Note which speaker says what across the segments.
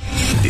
Speaker 1: The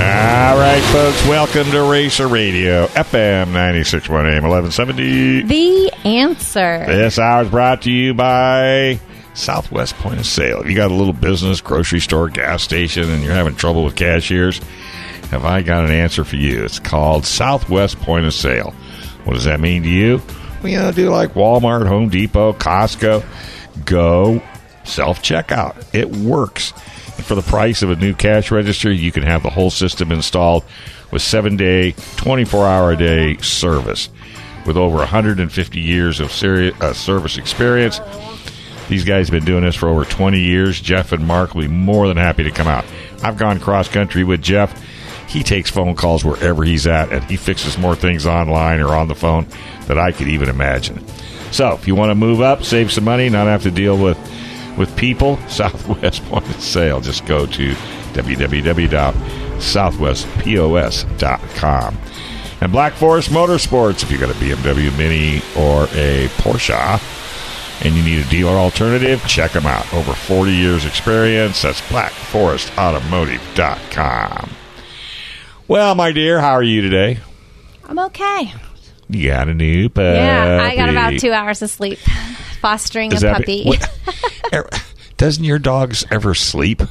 Speaker 2: All right, folks, welcome to Racer Radio, FM 961 AM 1170.
Speaker 3: The answer.
Speaker 2: This hour is brought to you by Southwest Point of Sale. If you got a little business, grocery store, gas station, and you're having trouble with cashiers, have I got an answer for you? It's called Southwest Point of Sale. What does that mean to you? Well, you know, do like Walmart, Home Depot, Costco. Go self checkout. It works. For the price of a new cash register, you can have the whole system installed with seven day, 24 hour a day service. With over 150 years of seri- uh, service experience, these guys have been doing this for over 20 years. Jeff and Mark will be more than happy to come out. I've gone cross country with Jeff. He takes phone calls wherever he's at, and he fixes more things online or on the phone than I could even imagine. So, if you want to move up, save some money, not have to deal with with people, Southwest Point of Sale. Just go to www.southwestpos.com. And Black Forest Motorsports, if you got a BMW Mini or a Porsche and you need a dealer alternative, check them out. Over 40 years experience. That's blackforestautomotive.com. Well, my dear, how are you today?
Speaker 3: I'm okay.
Speaker 2: You got a new puppy.
Speaker 3: Yeah, I got about two hours of sleep fostering a
Speaker 2: Does that
Speaker 3: puppy.
Speaker 2: mean- what- er, doesn't your dogs ever sleep?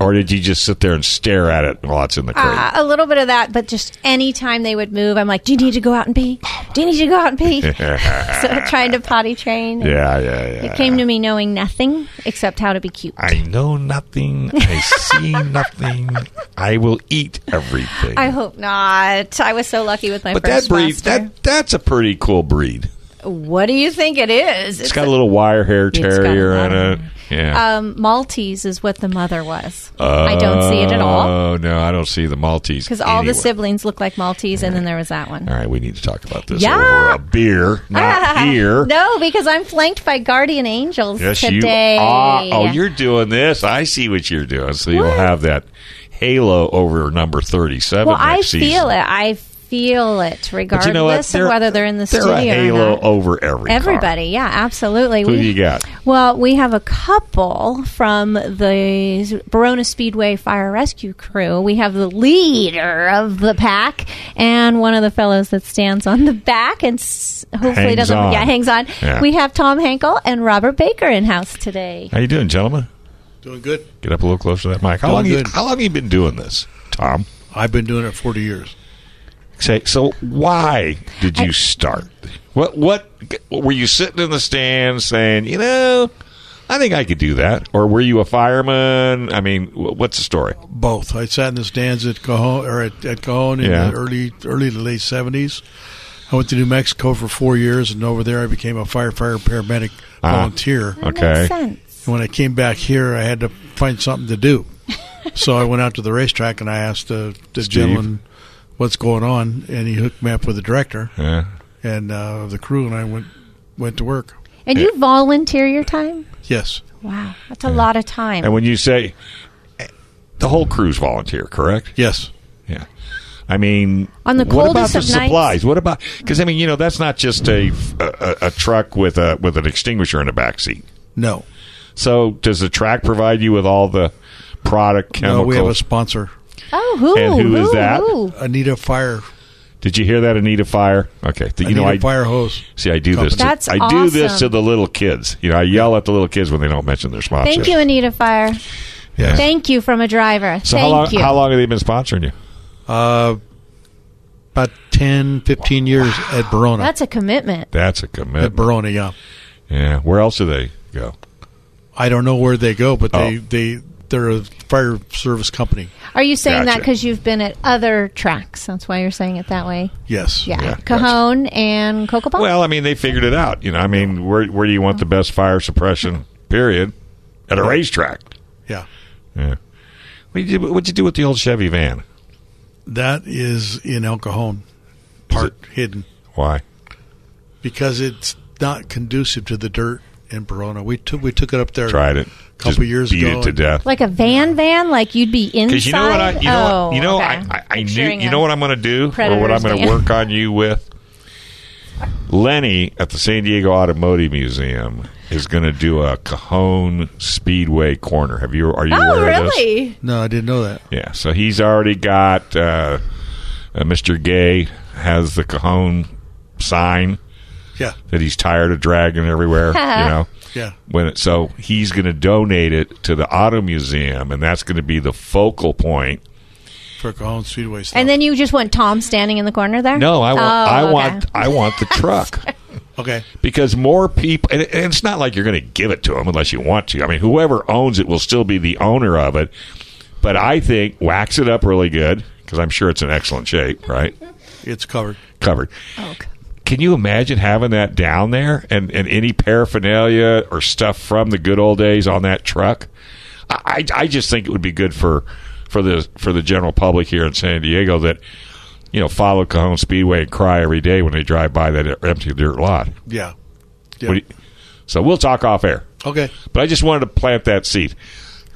Speaker 2: Or did you just sit there and stare at it while it's in the crate?
Speaker 3: Uh, a little bit of that, but just any time they would move, I'm like, "Do you need to go out and pee? Do you need to go out and pee?" so trying to potty train. and
Speaker 2: yeah, yeah, yeah.
Speaker 3: It came to me knowing nothing except how to be cute.
Speaker 2: I know nothing. I see nothing. I will eat everything.
Speaker 3: I hope not. I was so lucky with my
Speaker 2: but that
Speaker 3: first
Speaker 2: breed,
Speaker 3: master.
Speaker 2: that that's a pretty cool breed.
Speaker 3: what do you think it is?
Speaker 2: It's got a little wire hair
Speaker 3: got a
Speaker 2: terrier
Speaker 3: lot
Speaker 2: in it.
Speaker 3: of-
Speaker 2: Yeah.
Speaker 3: um, Maltese is what the mother was. I don't see it at all
Speaker 2: Oh no, I don't see the Maltese.
Speaker 3: because all the
Speaker 2: anywhere.
Speaker 3: siblings look like Maltese, and then there was that one.
Speaker 2: All right, we need to talk about this
Speaker 3: Yeah.
Speaker 2: over a beer, not here.
Speaker 3: No, because I'm flanked by guardian angels
Speaker 2: Yes,
Speaker 3: today.
Speaker 2: you are. Oh, you're doing this. I see what you're doing. So you'll have that halo over number thirty-seven.
Speaker 3: well. I feel
Speaker 2: next season.
Speaker 3: it. I feel it,
Speaker 2: But
Speaker 3: regardless
Speaker 2: you know what?
Speaker 3: of whether they're in the
Speaker 2: they're
Speaker 3: studio
Speaker 2: a
Speaker 3: or
Speaker 2: halo
Speaker 3: not.
Speaker 2: over every car.
Speaker 3: Everybody, yeah, absolutely.
Speaker 2: Who
Speaker 3: we,
Speaker 2: do you got?
Speaker 3: Well, we have a couple from the Barona Speedway Fire Rescue Crew. We have the leader of the pack and one of the fellows that stands on the back and s- hopefully
Speaker 2: Hangs
Speaker 3: doesn't
Speaker 2: on.
Speaker 3: yeah hangs on.
Speaker 2: Yeah.
Speaker 3: We have Tom Hankel and Robert Baker in house today.
Speaker 2: How you doing, gentlemen?
Speaker 4: Doing good.
Speaker 2: Get up a little closer to that mic. How
Speaker 4: Doing
Speaker 2: long? You,
Speaker 4: good.
Speaker 2: how long you been doing this, Tom?
Speaker 4: I've been doing it 40 years.
Speaker 2: Say so. Why did you start? What? What? Were you sitting in the stands saying, you know, I think I could do that? Or were you a fireman? I mean, wh- what's the story?
Speaker 4: Both. I sat in the stands at Cajon or at, at Cajon in
Speaker 2: Yeah.
Speaker 4: the early early to late 70s. I went to New Mexico for four years, and over there I became a firefighter paramedic
Speaker 2: Ah.
Speaker 4: volunteer.
Speaker 3: That
Speaker 2: Okay.
Speaker 3: makes sense.
Speaker 4: And when I came back here, I had to find something to do. so I went out to the racetrack and I asked the, the gentleman what's going on, and he hooked me up with the director
Speaker 2: Yeah.
Speaker 4: and uh, the crew, and I went went to work.
Speaker 3: And
Speaker 2: Eh.
Speaker 3: you volunteer your time?
Speaker 4: Yes,
Speaker 3: Wow, that's a lot of time.
Speaker 2: And when you say the whole crew's volunteer, correct?
Speaker 4: yes.
Speaker 2: Yeah. I mean,
Speaker 3: On the
Speaker 2: what about
Speaker 3: coldest
Speaker 2: the
Speaker 3: of nights-
Speaker 2: supplies? What about because I mean, you know, that's not just a, a a truck with a with an extinguisher in the back seat.
Speaker 4: No.
Speaker 2: So does the track provide you with all the
Speaker 4: No,
Speaker 2: product chemicals?
Speaker 4: we have a sponsor,
Speaker 3: oh, who?
Speaker 2: And who is that?
Speaker 3: who?
Speaker 4: Anita Fire
Speaker 2: Did you hear that, Anita Fire? Okay, you know
Speaker 4: Anita
Speaker 2: I
Speaker 4: fire hose.
Speaker 2: see. I do this. To,
Speaker 3: That's
Speaker 2: I do this
Speaker 3: awesome.
Speaker 2: to the little kids. You know, I yell at the little kids when they don't mention their sponsor.
Speaker 3: Thank you, Anita Fire.
Speaker 2: Yeah.
Speaker 3: Thank you from a driver.
Speaker 2: So
Speaker 3: Thank
Speaker 2: how long?
Speaker 3: you.
Speaker 2: How long have they been sponsoring you?
Speaker 4: Uh, about 10, 15 years at Barona.
Speaker 3: That's a commitment.
Speaker 2: That's a
Speaker 4: at
Speaker 2: commitment.
Speaker 4: Barona, yeah.
Speaker 2: Yeah. Where else do they go?
Speaker 4: I don't know where they go, but they,
Speaker 2: Oh.
Speaker 4: they they're a fire service company.
Speaker 3: Are you saying
Speaker 2: Gotcha.
Speaker 3: that because you've been at other tracks? That's why you're saying it that way.
Speaker 4: Yes.
Speaker 3: Yeah,
Speaker 2: Yeah,
Speaker 3: Cajon and Cocoa Puffs?
Speaker 2: Well, I mean, they figured it out. You know, I mean, where where do you want the best fire suppression? Period. At a racetrack.
Speaker 4: Yeah.
Speaker 2: Yeah. What you do, what'd you do with the old Chevy van?
Speaker 4: That is in El Cajon, parked hidden
Speaker 2: Why?
Speaker 4: because it's not conducive to the dirt in Barona. We took we took it up there.
Speaker 2: Tried it.
Speaker 4: A couple years
Speaker 2: beat
Speaker 4: ago
Speaker 2: it to
Speaker 4: and-
Speaker 2: death.
Speaker 3: like a van van? Like you'd be inside?
Speaker 2: Because you know what I, you know,
Speaker 3: oh,
Speaker 2: what- you know,
Speaker 3: okay.
Speaker 2: I, I, I knew,
Speaker 3: Picturing
Speaker 2: you
Speaker 3: a-
Speaker 2: know what I'm going to do, or what
Speaker 3: predator's
Speaker 2: I'm going
Speaker 3: van.
Speaker 2: to work on you with. Lenny at the San Diego Automotive Museum is going to do a Cajon Speedway corner. Have you? Are you
Speaker 3: Oh,
Speaker 2: aware of this?
Speaker 3: really?
Speaker 4: No, I didn't know that.
Speaker 2: Yeah, so he's already got uh, uh, Mr. Gay has the Cajon sign
Speaker 4: Yeah.
Speaker 2: that he's tired of dragging everywhere. you know,
Speaker 4: Yeah.
Speaker 2: when it, so he's going to donate it to the auto museum, and that's going to be the focal point.
Speaker 4: For Cajon Speedway stuff.
Speaker 3: And then you just want Tom standing in the corner there?
Speaker 2: No, I want,
Speaker 3: Oh,
Speaker 2: I
Speaker 3: okay.
Speaker 2: want, I want the truck
Speaker 4: okay.
Speaker 2: because more people, and, it- and it's not like you're going to give it to them unless you want to. I mean, whoever owns it will still be the owner of it. But I think wax it up really good because I'm sure it's in excellent shape, right?
Speaker 4: It's covered.
Speaker 2: Covered.
Speaker 3: Oh, okay.
Speaker 2: Can you imagine having that down there and, and any paraphernalia or stuff from the good old days on that truck? I, I I just think it would be good for for the for the general public here in San Diego that you know follow Cajon Speedway and cry every day when they drive by that empty dirt lot.
Speaker 4: Yeah. Yeah.
Speaker 2: What do you- so we'll talk off air,
Speaker 4: okay.
Speaker 2: but I just wanted to plant that seed.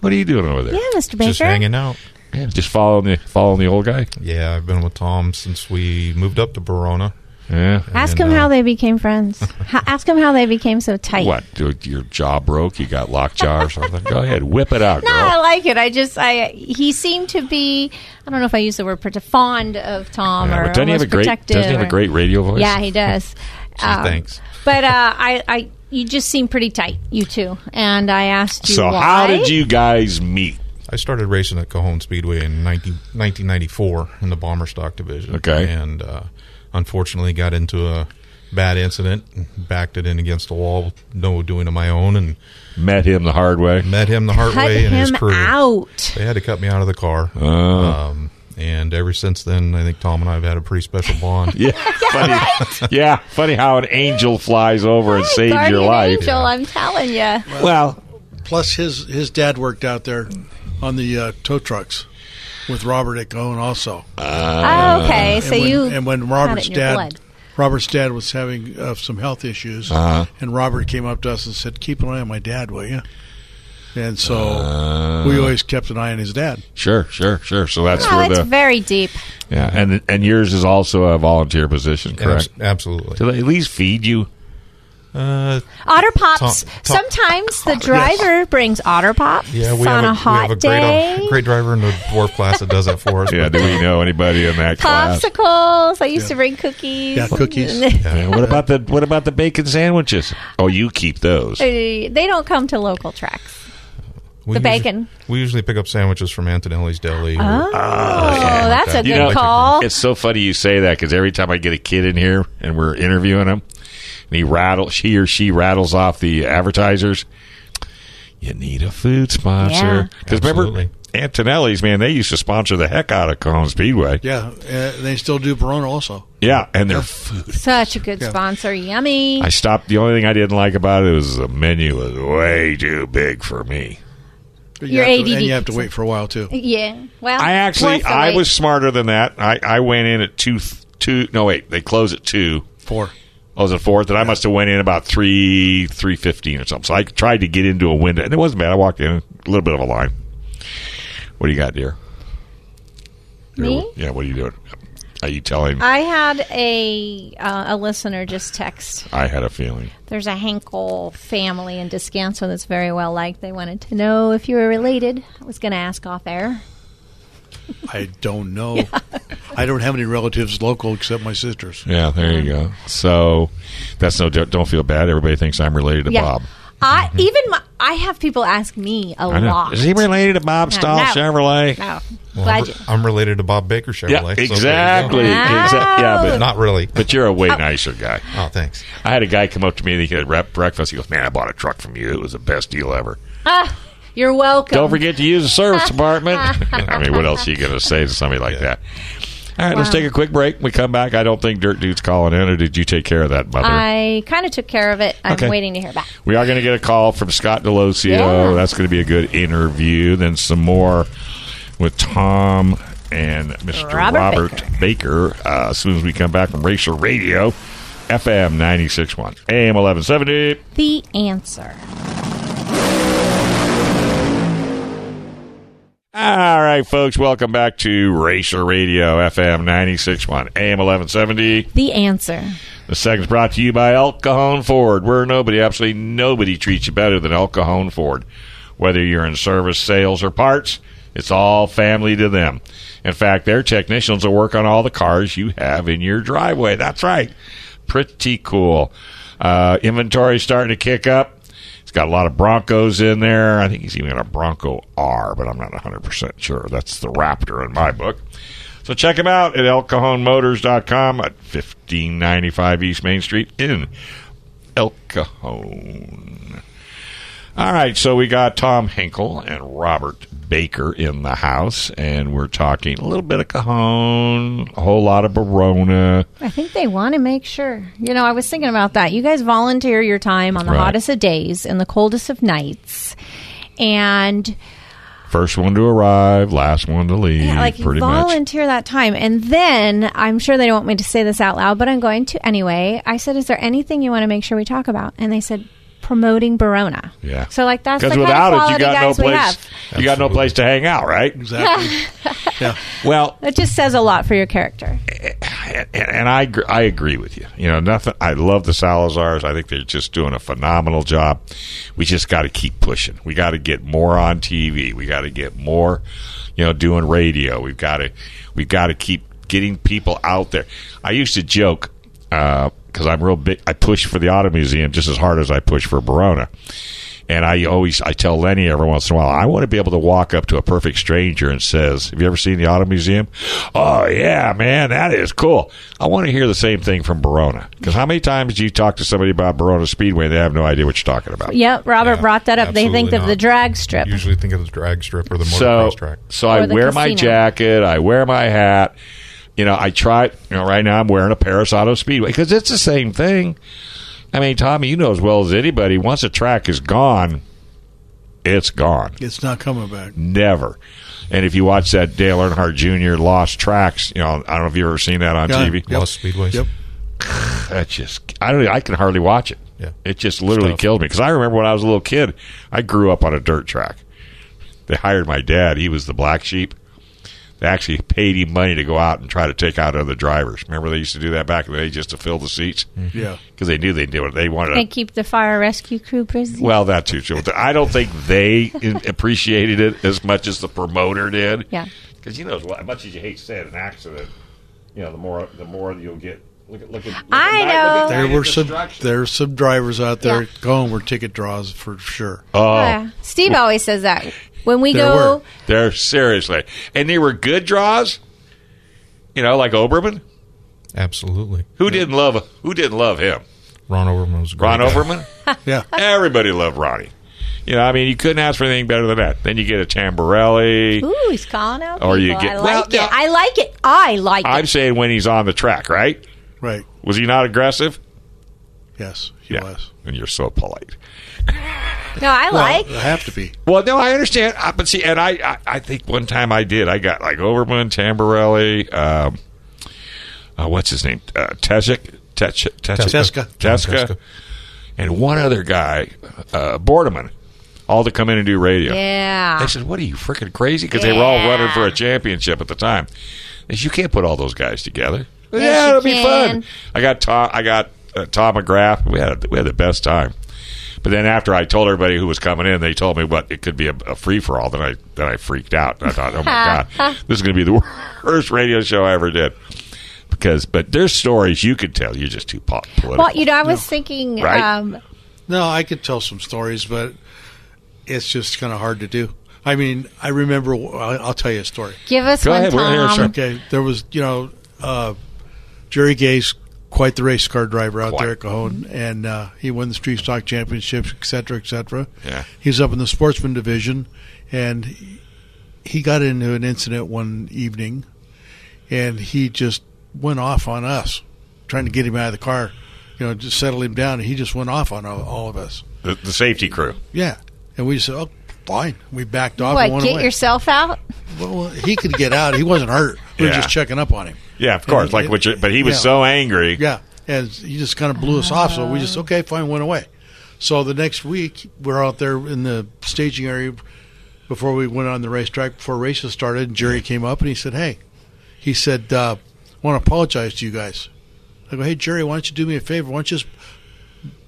Speaker 2: What are you doing over there?
Speaker 3: Yeah, Mr. Baker.
Speaker 5: Just hanging out.
Speaker 2: Yeah, Just following the following the old guy.
Speaker 5: Yeah, I've been with Tom since we moved up to Verona.
Speaker 2: Yeah.
Speaker 3: Ask
Speaker 5: And,
Speaker 3: him
Speaker 5: uh,
Speaker 3: how they became friends. Ho- ask him how they became so tight.
Speaker 2: What? Dude, your jaw broke? You got lockjaw or something? Go ahead, whip it out,
Speaker 3: No,
Speaker 2: girl.
Speaker 3: Ah, I like it. I just, I he seemed to be. I don't know if I use the word prote- fond of Tom
Speaker 2: Yeah,
Speaker 3: or
Speaker 2: but doesn't he have
Speaker 3: almost
Speaker 2: a great
Speaker 3: protective.
Speaker 2: doesn't he have
Speaker 3: or-
Speaker 2: a great radio voice?
Speaker 3: Yeah, he does. Um,
Speaker 5: thanks.
Speaker 3: But uh, I, I, you just seem pretty tight, you two. And I asked you
Speaker 2: So
Speaker 3: why.
Speaker 2: how did you guys meet?
Speaker 5: I started racing at Cajon Speedway in 19, 1994 in the bomber stock division.
Speaker 2: Okay.
Speaker 5: And uh, unfortunately got into a bad incident, and backed it in against the wall, no doing of my own, and
Speaker 2: Met him the hard way.
Speaker 5: met him the hard
Speaker 3: cut
Speaker 5: way and his
Speaker 3: him
Speaker 5: crew.
Speaker 3: out?
Speaker 5: They had to cut me out of the car. Um, and ever since then, I think Tom and I have had a pretty special bond.
Speaker 2: Yeah, funny. Yeah, funny how an angel flies over and saves
Speaker 3: Guardian
Speaker 2: your life.
Speaker 3: angel, I'm telling you.
Speaker 2: Well,
Speaker 4: Plus, his his dad worked out there on the uh, tow trucks with Robert at Cajon also.
Speaker 2: Uh,
Speaker 3: Oh, okay, so
Speaker 4: and when,
Speaker 3: you
Speaker 4: and when
Speaker 3: had
Speaker 4: Robert's
Speaker 3: it in your
Speaker 4: dad
Speaker 3: blood.
Speaker 4: Robert's dad was having uh, some health issues, and Robert came up to us and said, "Keep an eye on my dad, will you?" And so we always kept an eye on his dad.
Speaker 2: sure, sure, sure. So that's
Speaker 3: Oh,
Speaker 2: where
Speaker 3: it's
Speaker 2: the
Speaker 3: very deep.
Speaker 2: yeah, and and yours is also a volunteer position, correct?
Speaker 5: Abs- absolutely.
Speaker 2: Do they at least feed you?
Speaker 5: Uh,
Speaker 3: Otter pops.
Speaker 5: Tom- Tom-
Speaker 3: Sometimes the driver brings otter pops
Speaker 5: yeah, we have
Speaker 3: on a,
Speaker 5: a,
Speaker 3: hot
Speaker 5: we have a great,
Speaker 3: day.
Speaker 5: uh, great driver in the dwarf class that does that for us.
Speaker 2: Yeah, do we know anybody in that class?
Speaker 3: Popsicles. I used
Speaker 4: Yeah.
Speaker 3: to bring cookies.
Speaker 4: Yeah, cookies.
Speaker 2: Yeah, what about the what about the bacon sandwiches? Oh, you keep those.
Speaker 3: they don't come to local tracks.
Speaker 5: We
Speaker 3: The
Speaker 5: usually-
Speaker 3: bacon.
Speaker 5: We usually pick up sandwiches from Antonelli's Deli. or-
Speaker 3: Oh, that's
Speaker 5: You
Speaker 3: a good
Speaker 5: know-
Speaker 3: call.
Speaker 2: It's so funny you say that because every time I get a kid in here and we're interviewing him, and he rattles, she or she rattles off the advertisers. You need a food sponsor
Speaker 3: Yeah.
Speaker 2: because remember
Speaker 5: Absolutely.
Speaker 2: Antonelli's, man, they used to sponsor the heck out of Cajon Speedway.
Speaker 4: Yeah, uh, they still do Verona also.
Speaker 2: Yeah, and their food.
Speaker 3: Such a good sponsor. Yummy.
Speaker 2: I stopped. The only thing I didn't like about it was the menu was way too big for me.
Speaker 4: But
Speaker 3: Your
Speaker 4: have to-
Speaker 3: ADD
Speaker 4: and you have to wait for a while too.
Speaker 3: yeah. Uh, Well,
Speaker 2: I actually,
Speaker 3: worth the
Speaker 2: I
Speaker 3: wait.
Speaker 2: was smarter than that. I, I went in at two, two. No, wait, they close at two.
Speaker 4: Four.
Speaker 2: I was at fourth, and I must have went in about three three fifteen or something. So I tried to get into a window, and it wasn't bad. I walked in a little bit of a line. What do you got, dear?
Speaker 3: Me?
Speaker 2: Yeah. What are you doing? Are you telling? I,
Speaker 3: I had a uh, a listener just text.
Speaker 2: had a feeling.
Speaker 3: There's a Henkel family in Descanso that's very well liked. They wanted to know if you were related. I was going to ask off air.
Speaker 4: I don't know. I don't have any relatives local except my sisters.
Speaker 2: Yeah, there you go. So that's no. Don't feel bad. Everybody thinks I'm related to
Speaker 3: yeah.
Speaker 2: Bob. Mm-hmm.
Speaker 3: I even my, I have people ask me a
Speaker 2: I know.
Speaker 3: lot.
Speaker 2: Is he related to Bob
Speaker 3: No,
Speaker 2: Stahl
Speaker 3: no.
Speaker 2: Chevrolet?
Speaker 3: No,
Speaker 5: Well, I'm,
Speaker 3: glad
Speaker 5: re-
Speaker 3: you-
Speaker 5: I'm related to Bob Baker Chevrolet. so
Speaker 2: Yeah,
Speaker 5: there you go.
Speaker 2: exactly. Exa- yeah, but
Speaker 5: Not really.
Speaker 2: But you're a way nicer guy.
Speaker 5: Oh, thanks.
Speaker 2: I had a guy come up to me and he had rep breakfast. He goes, "Man, I bought a truck from you. It was the best deal ever."
Speaker 3: you're welcome.
Speaker 2: Don't forget to use the service department. I mean, what else are you going to say to somebody like that? All right, let's take a quick break. When we come back. I don't think Dirt Dude's calling in, or did you take care of that, mother?
Speaker 3: I kind of took care of it. I'm
Speaker 2: Okay.
Speaker 3: waiting to hear back.
Speaker 2: We are going to get a call from Scott Delosio.
Speaker 3: Yeah.
Speaker 2: That's going to be a good interview. Then some more with Tom and Mr. Robert,
Speaker 3: Robert
Speaker 2: Baker, uh, as soon as we come back from Racer Radio, FM 96.1, AM 1170.
Speaker 3: The answer.
Speaker 2: All right, folks, welcome back to Racer Radio, FM 96.1, AM 1170.
Speaker 3: The answer.
Speaker 2: The segment's brought to you by El Cajon Ford, where nobody, absolutely nobody treats you better than El Cajon Ford. Whether you're in service, sales, or parts, it's all family to them. In fact, their technicians will work on all the cars you have in your driveway. That's right. Pretty cool. Uh, inventory's starting to kick up. It's got a lot of Broncos in there. I think he's even got a Bronco R, but I'm not 100% sure. That's the Raptor in my book. So check them out at elcajonmotors.com at 1595 East Main Street in El Cajon. All right, so we got Tom Hinkle and Robert Baker in the house, and we're talking a little bit of Cajon, a whole lot of Barona.
Speaker 3: I think they want to make sure. You know, I was thinking about that. You guys volunteer your time on the
Speaker 2: Right.
Speaker 3: hottest of days and the coldest of nights. And
Speaker 2: First one to arrive, last one to leave,
Speaker 3: yeah, like you
Speaker 2: pretty much.
Speaker 3: volunteer that time. And then I'm sure they don't want me to say this out loud, but I'm going to anyway. I said, Is there anything you want to make sure we talk about? And they said, Promoting Barona.
Speaker 2: Yeah.
Speaker 3: So like that's the
Speaker 2: Because
Speaker 3: kind
Speaker 2: without
Speaker 3: of
Speaker 2: it, you
Speaker 3: quality
Speaker 2: got no
Speaker 3: guys we
Speaker 2: place.
Speaker 3: have.
Speaker 2: You got no place to hang out, right?
Speaker 4: Exactly. yeah.
Speaker 2: Well,
Speaker 3: It just says a lot for your character.
Speaker 2: and, and I gr- I agree with you. You know, nothing. I love the Salazars. I think they're just doing a phenomenal job. We just got to keep pushing. We got to get more on TV. We got to get more, you know, doing radio. We've got to we've got to keep getting people out there. I used to joke because uh, I'm real big. I push for the Auto Museum just as hard as I push for Barona. And I always I tell Lenny every once in a while I want to be able to walk up to a perfect stranger and says, "Have you ever seen the Auto Museum?" Oh yeah, man, that is cool. I want to hear the same thing from Barona because how many times do you talk to somebody about Barona Speedway and they have no idea what you're talking about?
Speaker 3: Yep, Robert brought that up. They
Speaker 5: absolutely
Speaker 3: think of
Speaker 5: not.
Speaker 3: the drag strip.
Speaker 5: Usually think of the drag strip or the
Speaker 2: so
Speaker 5: motocross track.
Speaker 2: so I
Speaker 3: Or the
Speaker 2: wear my
Speaker 3: casino.
Speaker 2: jacket, I wear my hat. You know, I try. You know, right now I'm wearing a Paris Auto Speedway because it's the same thing. I mean, Tommy, you know as well as anybody. Once a track is gone, it's gone.
Speaker 4: It's not coming back.
Speaker 2: never. And if you watch that Dale Earnhardt Jr. lost tracks, you know I don't know if you've ever seen that on
Speaker 4: Yeah.
Speaker 2: TV.
Speaker 4: Yep.
Speaker 5: Lost Speedways.
Speaker 4: Yep.
Speaker 2: That just I don't I can hardly watch it.
Speaker 5: Yeah.
Speaker 2: it just literally
Speaker 5: tough.
Speaker 2: killed me because I remember when I was a little kid, I grew up on a dirt track. They hired my dad; he was the black sheep. They actually paid him money to go out and try to take out other drivers. Remember they used to do that back in the day just to fill the seats because
Speaker 4: Yeah.
Speaker 2: they knew they did it. They wanted
Speaker 3: They
Speaker 2: to
Speaker 3: keep the fire rescue crew busy.
Speaker 2: Well, that too, true. I don't think they in- appreciated it as much as the promoter did.
Speaker 3: Yeah.
Speaker 2: Because you know, as well- as much as you hate to say it, an accident, you know, the more the more you'll get. Look at look at. Look
Speaker 3: I
Speaker 2: at,
Speaker 3: know.
Speaker 2: Look at
Speaker 4: There
Speaker 2: Diet
Speaker 4: were some
Speaker 2: Destruction.
Speaker 4: there were some drivers out there
Speaker 3: Yeah.
Speaker 4: going were ticket draws for sure.
Speaker 2: Oh,
Speaker 3: Yeah. Steve always says that. When we
Speaker 4: There
Speaker 3: go,
Speaker 4: were.
Speaker 2: they're seriously, and they were good draws. You know, like Oberman.
Speaker 5: Absolutely.
Speaker 2: Who didn't love? Who didn't love him?
Speaker 5: Ron Overman was a great
Speaker 2: Ron
Speaker 5: guy.
Speaker 2: Oberman.
Speaker 4: Yeah.
Speaker 2: Everybody loved Ronnie. You know, I mean, you couldn't ask for anything better than that. Then you get a Tamborelli.
Speaker 3: ooh, he's calling out.
Speaker 2: Or you
Speaker 3: people.
Speaker 2: get-
Speaker 3: I
Speaker 2: well,
Speaker 3: like
Speaker 2: yeah.
Speaker 3: it. I like it. I like
Speaker 2: I'm
Speaker 3: it.
Speaker 2: saying when he's on the track, right?
Speaker 4: Right.
Speaker 2: Was he not aggressive?
Speaker 4: Yes. He was.
Speaker 2: And you're so polite.
Speaker 3: No, I like.
Speaker 4: I have to be.
Speaker 2: Well, no, I understand. I, but see, and I, I, I think one time I did. I got like Overman, Tamborelli, um, uh, what's his name? Uh, Teshik, Tesh, Tesh-
Speaker 4: Teska.
Speaker 2: Teska,
Speaker 5: Teska.
Speaker 2: and one other guy, uh, Bordeman, all to come in and do radio.
Speaker 3: Yeah.
Speaker 2: They said, "What are you freaking crazy?" Because they were all
Speaker 3: Yeah.
Speaker 2: running for a championship at the time. They said, "You can't put all those guys together."
Speaker 3: you
Speaker 2: yeah, it'll be
Speaker 3: can.
Speaker 2: fun. I got Tom. I got uh, Tom McGrath. We had a, we had the best time. But then after I told everybody who was coming in, they told me what it could be a, a free for all. Then I then I freaked out. I thought, oh my god, this is going to be the worst radio show I ever did. Because, but there's stories you could tell. You're just too pop political.
Speaker 3: Well, you know, I was thinking.
Speaker 2: Right.
Speaker 3: Um,
Speaker 4: No, I could tell some stories, but it's just kind of hard to do. I mean, I remember. I- I'll tell you a story.
Speaker 3: give us
Speaker 2: Go
Speaker 3: one,
Speaker 2: ahead, we're here,
Speaker 3: Tom.
Speaker 2: sir.
Speaker 4: Okay, there was you know, uh, Jerry Gay's quite the race car driver out
Speaker 2: Quite. Mm-hmm.
Speaker 4: there at Cajon, and uh, he won the street stock championships, et cetera, et cetera.
Speaker 2: Yeah.
Speaker 4: he's up in the sportsman division, and he- he got into an incident one evening, and he just went off on us, trying to get him out of the car, you know, just settle him down, and he just went off on all, all of us.
Speaker 2: The, the safety crew.
Speaker 4: Yeah, and we said, "Oh, fine." We backed off. and
Speaker 3: What,
Speaker 4: went
Speaker 3: get
Speaker 4: away.
Speaker 3: yourself out?
Speaker 4: Well, he could get out. He wasn't hurt. We were
Speaker 2: Yeah.
Speaker 4: just checking up on him.
Speaker 2: Yeah, of course.
Speaker 4: And
Speaker 2: Like
Speaker 4: it-
Speaker 2: what? you- But he was
Speaker 4: yeah.
Speaker 2: so angry.
Speaker 4: Yeah, and he just kind of blew us off. So we just okay, fine, went away. So the next week, we're out there in the staging area before we went on the racetrack before races started. And Jerry came up and he said, "Hey," he said, uh, "I want to apologize to you guys." I go, "Hey Jerry, why don't you do me a favor? Why don't you just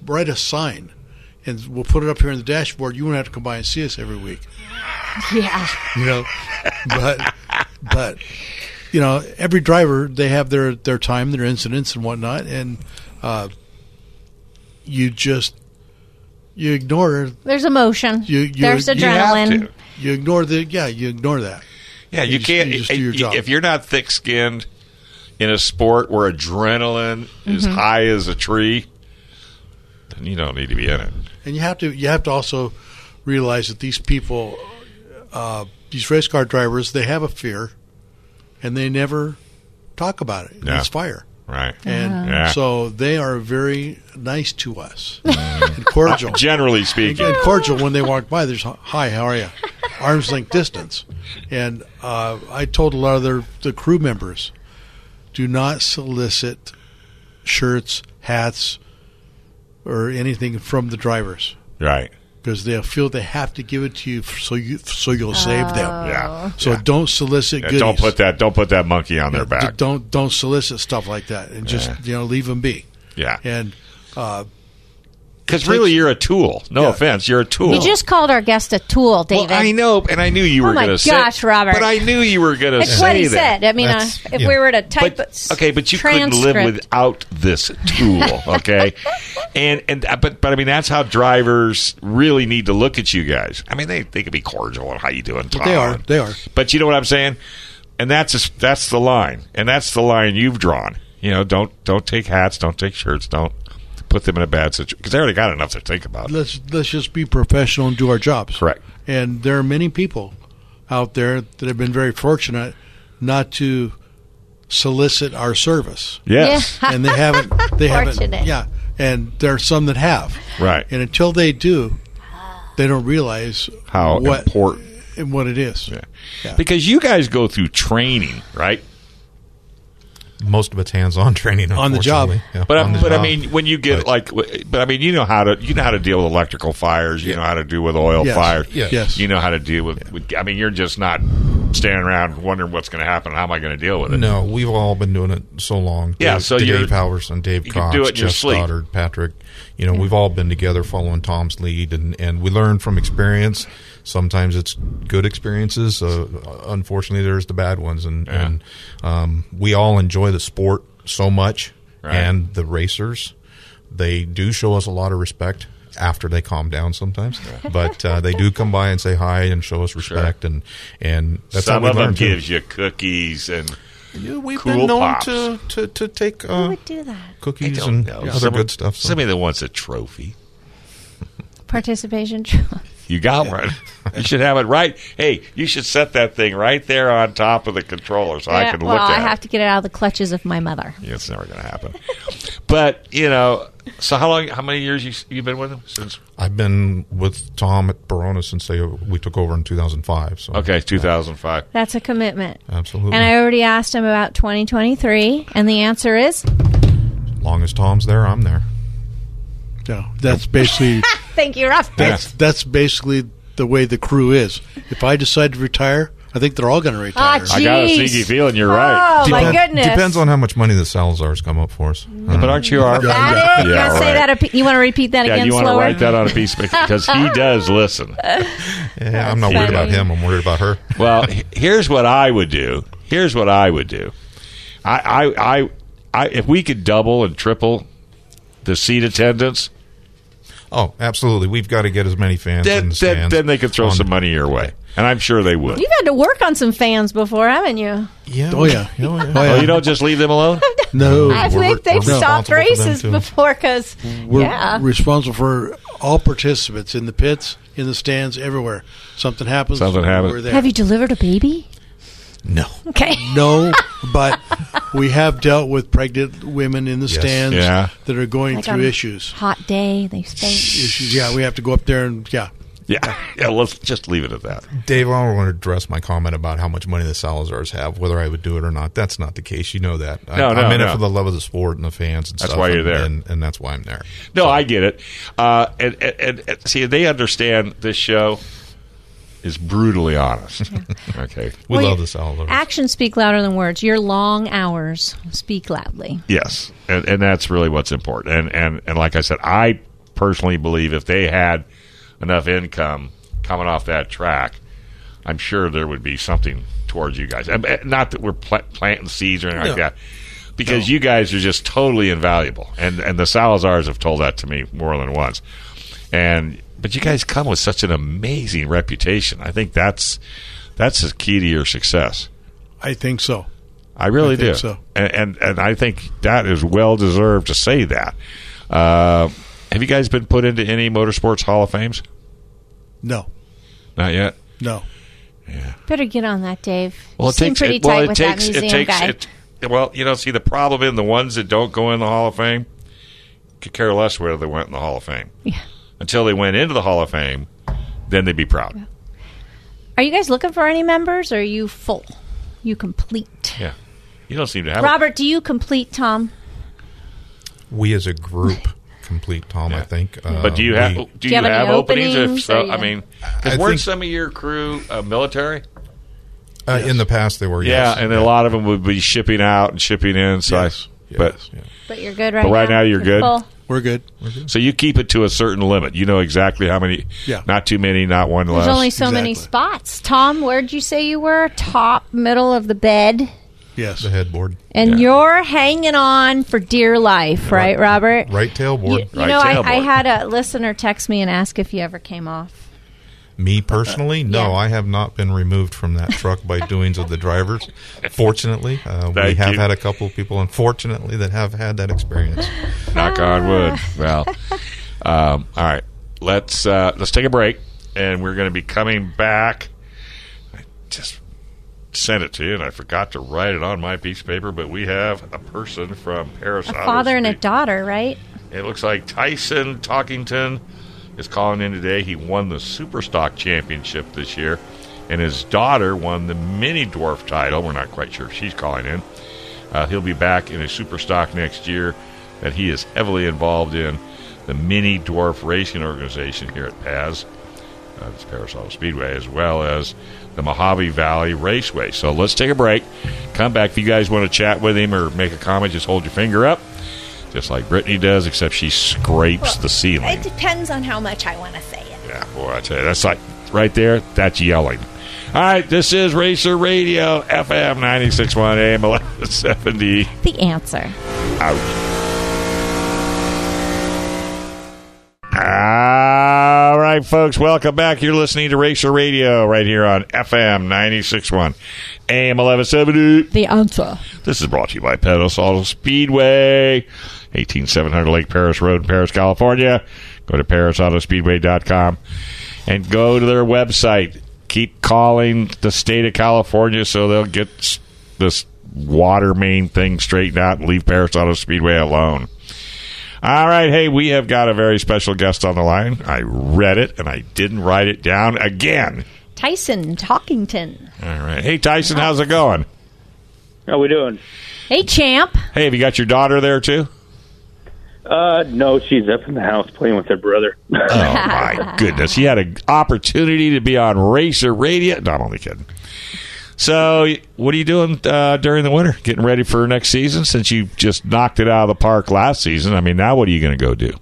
Speaker 4: write a sign?" And we'll put it up here in the dashboard. You won't have to come by and see us every week
Speaker 3: Yeah.
Speaker 4: you know but but you know every driver they have their their time their incidents and whatnot and uh you just you ignore
Speaker 3: There's emotion.
Speaker 4: You- you-
Speaker 3: There's
Speaker 4: you
Speaker 2: have
Speaker 3: adrenaline.
Speaker 2: to.
Speaker 4: you ignore the yeah you ignore that
Speaker 2: Yeah,
Speaker 4: You
Speaker 2: you,
Speaker 4: just-
Speaker 2: can't.
Speaker 4: you just do your
Speaker 2: if-
Speaker 4: job.
Speaker 2: If you're not thick skinned in a sport where adrenaline is
Speaker 3: Mm-hmm.
Speaker 2: high as a tree, then you don't need to be in it.
Speaker 4: and you have to you have to also realize that these people uh these race car drivers they have a fear and they never talk about it
Speaker 2: Yeah.
Speaker 4: it's fire
Speaker 2: Right.
Speaker 4: and
Speaker 2: Yeah.
Speaker 4: so they are very nice to us and cordial
Speaker 2: Generally speaking.
Speaker 4: and cordial when they walk by. There's hi, how are you? Arms length distance. And uh, I told a lot of their, the crew members, do not solicit shirts, hats, or anything from the drivers
Speaker 2: Right.
Speaker 4: because they feel they have to give it to you so you so you'll save them.
Speaker 3: Oh.
Speaker 2: Yeah.
Speaker 4: So
Speaker 2: Yeah.
Speaker 4: don't solicit
Speaker 2: Yeah,
Speaker 4: goodies.
Speaker 2: don't put that. Don't put that monkey on their back.
Speaker 4: Don't don't solicit stuff like that and just
Speaker 2: Yeah.
Speaker 4: you know leave them be.
Speaker 2: Yeah.
Speaker 4: And uh,
Speaker 2: Because really, you're a tool. No
Speaker 4: Yeah.
Speaker 2: offense, you're a tool.
Speaker 3: You just called our guest a tool, David.
Speaker 2: Well, I know, and I knew you
Speaker 3: Oh
Speaker 2: were
Speaker 3: my
Speaker 2: going to say.
Speaker 3: gosh, Robert.
Speaker 2: But I knew you were going to
Speaker 3: It's
Speaker 2: say
Speaker 3: what he
Speaker 2: that.
Speaker 3: said. I mean, uh,
Speaker 5: That's-
Speaker 3: if
Speaker 5: yeah.
Speaker 3: we were to type
Speaker 2: But-
Speaker 3: a
Speaker 2: okay, but you couldn't live
Speaker 3: transcript-
Speaker 2: without this tool, okay? and and uh, but but I mean that's how drivers really need to look at you guys. I mean they they can be cordial and how you doing, Tom?
Speaker 4: they are they are.
Speaker 2: But you know what I'm saying? And that's just, that's the line, and that's the line you've drawn. You know, don't don't take hats, don't take shirts, don't put them in a bad situation because they already got enough to think about.
Speaker 4: let's let's just be professional and do our jobs.
Speaker 2: Correct.
Speaker 4: And there are many people out there that have been very fortunate not to solicit our service,
Speaker 2: Yes,
Speaker 4: and they haven't. They haven't.
Speaker 3: Fortunate.
Speaker 4: Yeah, and there are some that have.
Speaker 2: right.
Speaker 4: And until they do, they don't realize
Speaker 2: How
Speaker 4: what,
Speaker 2: important
Speaker 4: and what it is.
Speaker 2: because you guys go through training, right?
Speaker 5: Most of it's hands-on training
Speaker 4: On the job.
Speaker 5: unfortunately. Yeah,
Speaker 2: But
Speaker 5: on
Speaker 2: I,
Speaker 5: the
Speaker 2: but I
Speaker 5: job.
Speaker 2: mean, when you get like, w- but I mean, you know how to you know how to deal with electrical fires. You know how to deal with oil
Speaker 4: Yes.
Speaker 2: fires.
Speaker 5: Yes.
Speaker 4: Yes.
Speaker 2: You know how to deal with, with. I mean, you're just not standing around wondering what's going to happen. How am I going to deal with it?
Speaker 5: No, we've all been doing it so long.
Speaker 2: Yeah,
Speaker 5: Dave,
Speaker 2: so
Speaker 5: Dave
Speaker 2: you're-
Speaker 5: Halverson, Dave
Speaker 2: you can
Speaker 5: Cox,
Speaker 2: do it in your
Speaker 5: Jeff
Speaker 2: sleep.
Speaker 5: Stoddard, Patrick. You know, we've all been together following Tom's lead, and and we learn from experience. Sometimes it's good experiences. Uh, unfortunately, there's the bad ones, and
Speaker 2: Yeah.
Speaker 5: and um, we all enjoy the sport so much,
Speaker 2: Right.
Speaker 5: and the racers. They do show us a lot of respect after they calm down sometimes, but uh, they do come by and say hi and show us respect, and and that's
Speaker 2: Some
Speaker 5: how we
Speaker 2: of them
Speaker 5: learn, too.
Speaker 2: gives you cookies and
Speaker 5: Yeah, we've
Speaker 2: Cool
Speaker 5: been known
Speaker 2: Pops.
Speaker 5: to to to take
Speaker 3: Who
Speaker 5: uh,
Speaker 3: would do that?
Speaker 5: cookies
Speaker 2: I
Speaker 5: and
Speaker 2: don't know,
Speaker 5: other
Speaker 2: someone-
Speaker 5: good stuff. so-
Speaker 2: Somebody that wants a trophy.
Speaker 3: Participation trophy.
Speaker 2: You got one. you should have it right. Hey, you should set that thing right there on top of the controller so I
Speaker 3: Yeah,
Speaker 2: can
Speaker 3: well,
Speaker 2: look at
Speaker 3: I
Speaker 2: it.
Speaker 3: have to get it out of the clutches of my mother.
Speaker 2: Yeah, it's never going to happen. but you know, so how long? How many years you you've been with him since?
Speaker 5: I've been with Tom at Barona since they, we took over in 2005. So
Speaker 2: Okay, two thousand five.
Speaker 3: That's a commitment.
Speaker 5: absolutely.
Speaker 3: And I already asked him about 2023, and the answer is
Speaker 5: long as Tom's there, I'm there.
Speaker 4: Yeah, that's basically
Speaker 3: thank you, Rob.
Speaker 4: that's that's basically the way the crew is. If I decide to retire, I think they're all going to
Speaker 3: Ah,
Speaker 4: retire.
Speaker 3: jeez.
Speaker 2: I got a sneaky feeling you're
Speaker 3: oh,
Speaker 2: right.
Speaker 3: my
Speaker 5: Depend-
Speaker 3: goodness. Mm-hmm.
Speaker 5: Depends on how much money the Salazars come up for us. Uh,
Speaker 2: But aren't you our?
Speaker 3: That it? you
Speaker 2: Yeah,
Speaker 3: gotta say
Speaker 2: right.
Speaker 3: that. A, pe- you want to repeat that
Speaker 2: Yeah,
Speaker 3: again
Speaker 2: you want to
Speaker 3: slower?
Speaker 2: write that on a piece of paper because he does listen.
Speaker 5: yeah, I'm not worried about
Speaker 3: funny.
Speaker 5: him. I'm worried about her.
Speaker 2: Well, h- here's what I would do. Here's what I would do. I, I, I, I, if we could double and triple the seat attendance,
Speaker 5: Oh, absolutely. We've got to get as many fans. in
Speaker 2: then,
Speaker 5: the
Speaker 2: then,
Speaker 5: stands
Speaker 2: then they could throw
Speaker 5: on-
Speaker 2: some money your way, and I'm sure they would.
Speaker 3: You've had to work on some fans before, haven't you?
Speaker 5: Yeah.
Speaker 4: Oh, yeah.
Speaker 5: Oh, yeah.
Speaker 4: Oh, yeah.
Speaker 2: Oh, you don't just leave them alone.
Speaker 4: no,
Speaker 3: I
Speaker 5: we're-
Speaker 3: think they've
Speaker 5: we're
Speaker 3: stopped
Speaker 5: responsible for them,
Speaker 3: races
Speaker 5: too.
Speaker 3: before because,
Speaker 4: we're
Speaker 3: yeah.
Speaker 4: responsible for all participants in the pits, in the stands, everywhere. Something happens.
Speaker 2: Something happens.
Speaker 4: We're there.
Speaker 3: Have you delivered a baby?
Speaker 5: No.
Speaker 3: Okay.
Speaker 4: No, but we have dealt with pregnant women in the stands
Speaker 2: Yeah.
Speaker 4: that are going
Speaker 3: Like um,
Speaker 4: through
Speaker 3: on
Speaker 4: issues.
Speaker 3: Hot day. They stink.
Speaker 4: Issues. Yeah, we have to go up there and yeah.
Speaker 2: Yeah, yeah. Let's just leave it at that.
Speaker 5: Dave, I want to address my comment about how much money the Salazars have, whether I would do it or not. That's not the case. You know that. I,
Speaker 2: No, no,
Speaker 5: I'm in
Speaker 2: no.
Speaker 5: it for the love of the sport and the fans and
Speaker 2: That's
Speaker 5: stuff,
Speaker 2: why you're
Speaker 5: and-
Speaker 2: there.
Speaker 5: And, and that's why I'm there.
Speaker 2: No, I get it. Uh, and, and, and see, they understand this show is brutally honest. okay.
Speaker 5: We
Speaker 3: Well,
Speaker 5: love
Speaker 3: you-
Speaker 5: the Salazars.
Speaker 3: Actions speak louder than words. Your long hours speak loudly.
Speaker 2: Yes, and, and that's really what's important. And, and and like I said, I personally believe if they had enough income coming off that track, I'm sure there would be something towards you guys. And- and Not that we're pl- planting seeds or anything like that, because you guys are just totally invaluable. And and the Salazars have told that to me more than once. And but you guys come with such an amazing reputation. I think that's that's the key to your success.
Speaker 4: I think so.
Speaker 2: I really
Speaker 4: I think
Speaker 2: do.
Speaker 4: so.
Speaker 2: And, and and I think that is well deserved to say that. Uh, have you guys been put into any motorsports Hall of Fames?
Speaker 4: No,
Speaker 2: Not yet.
Speaker 4: no.
Speaker 3: Better get on that, Dave. you seem pretty
Speaker 2: well,
Speaker 3: tight with that museum guy.
Speaker 2: it- well, you know, see the problem in the ones that don't go in the Hall of Fame could care less whether they went in the Hall of Fame.
Speaker 3: Yeah.
Speaker 2: Until they went into the Hall of Fame, then they'd be proud.
Speaker 3: Are you guys looking for any members? Or are you full? You complete.
Speaker 2: Yeah. You don't seem to have a-
Speaker 3: Robert, do you complete Tom?
Speaker 5: we as a group complete, Tom, I think. Uh,
Speaker 2: But do you
Speaker 4: Um,
Speaker 5: we-
Speaker 2: have do, you
Speaker 3: have any
Speaker 2: have openings?
Speaker 3: openings,
Speaker 2: If so,
Speaker 3: or
Speaker 2: I
Speaker 3: you-
Speaker 2: mean,
Speaker 5: I
Speaker 2: weren't
Speaker 5: think-
Speaker 2: some of your crew uh, military?
Speaker 5: Uh, In the past, they were,
Speaker 2: Yeah,
Speaker 5: yes.
Speaker 2: and a lot of them would be shipping out and shipping in. So, I-
Speaker 4: Yes,
Speaker 2: but
Speaker 3: But you're good right
Speaker 2: But
Speaker 3: now.
Speaker 2: right now you're good.
Speaker 3: full.
Speaker 4: We're good.
Speaker 2: so you keep it to a certain limit. You know exactly how many.
Speaker 4: Yeah.
Speaker 2: not too many, not one
Speaker 3: There's
Speaker 2: less.
Speaker 3: only so many
Speaker 4: Exactly.
Speaker 3: spots. Tom, where'd you say you were? Top, middle of the bed.
Speaker 4: Yes.
Speaker 5: The headboard.
Speaker 3: And you're hanging on for dear life, right, Robert?
Speaker 5: Right
Speaker 3: You,
Speaker 5: tailboard.
Speaker 3: you
Speaker 2: Right
Speaker 3: know, I,
Speaker 2: tailboard.
Speaker 3: I had a listener text me and ask if you ever came off.
Speaker 5: Me personally, no,
Speaker 3: Yeah.
Speaker 5: I have not been removed from that truck by doings of the drivers. Fortunately, uh, we
Speaker 2: Thank
Speaker 5: have
Speaker 2: you.
Speaker 5: had a couple of people, unfortunately, that have had that experience.
Speaker 2: Knock on wood.
Speaker 3: Ah.
Speaker 2: Well, um, all right. Let's uh, let's take a break, and we're going to be coming back. I just sent it to you, and I forgot to write it on my piece of paper. But we have a person from Paris.
Speaker 3: A father and a
Speaker 2: Auto Speak.
Speaker 3: daughter, right?
Speaker 2: It looks like Tyson Talkington is calling in today. He won the Superstock Championship this year, and his daughter won the Mini Dwarf title. We're not quite sure if she's calling in. Uh, he'll be back in a Superstock next year that he is heavily involved in, the Mini Dwarf Racing Organization here at Paz. Uh, it's Paris Auto Speedway, as well as the Mojave Valley Raceway. So let's take a break. Come back if you guys want to chat with him or make a comment. Just hold your finger up just like Brittany does, except she scrapes the ceiling.
Speaker 3: It depends on how much I want to say it.
Speaker 2: yeah, boy, I tell you, that's like right there. That's yelling. All right, this is Racer Radio FM 96.1 AM 1170.
Speaker 3: The answer.
Speaker 2: Out. All right, folks, welcome back. You're listening to Racer Radio right here on FM 96.1 AM 1170.
Speaker 3: The answer.
Speaker 2: This is brought to you by Pedals Auto Speedway, 18700 Lake Paris Road in Paris, California. Go to parisautospeedway.com and go to their website. Keep calling the state of California so they'll get s- this water main thing straightened out and leave Paris Auto Speedway alone. All right, hey, we have got a very special guest on the line. I read it and I didn't write it down again.
Speaker 3: Tyson Talkington.
Speaker 2: All right. Hey, Tyson, how's it going?
Speaker 6: How we doing?
Speaker 3: Hey, champ.
Speaker 2: Hey, have you got your daughter there too?
Speaker 6: Uh, no, she's up in the house playing with her brother.
Speaker 2: Oh my goodness! He had an opportunity to be on Racer Radio. No, I'm only kidding. So, what are you doing uh, during the winter? Getting ready for next season? Since you just knocked it out of the park last season, I mean, now what are you going to go do?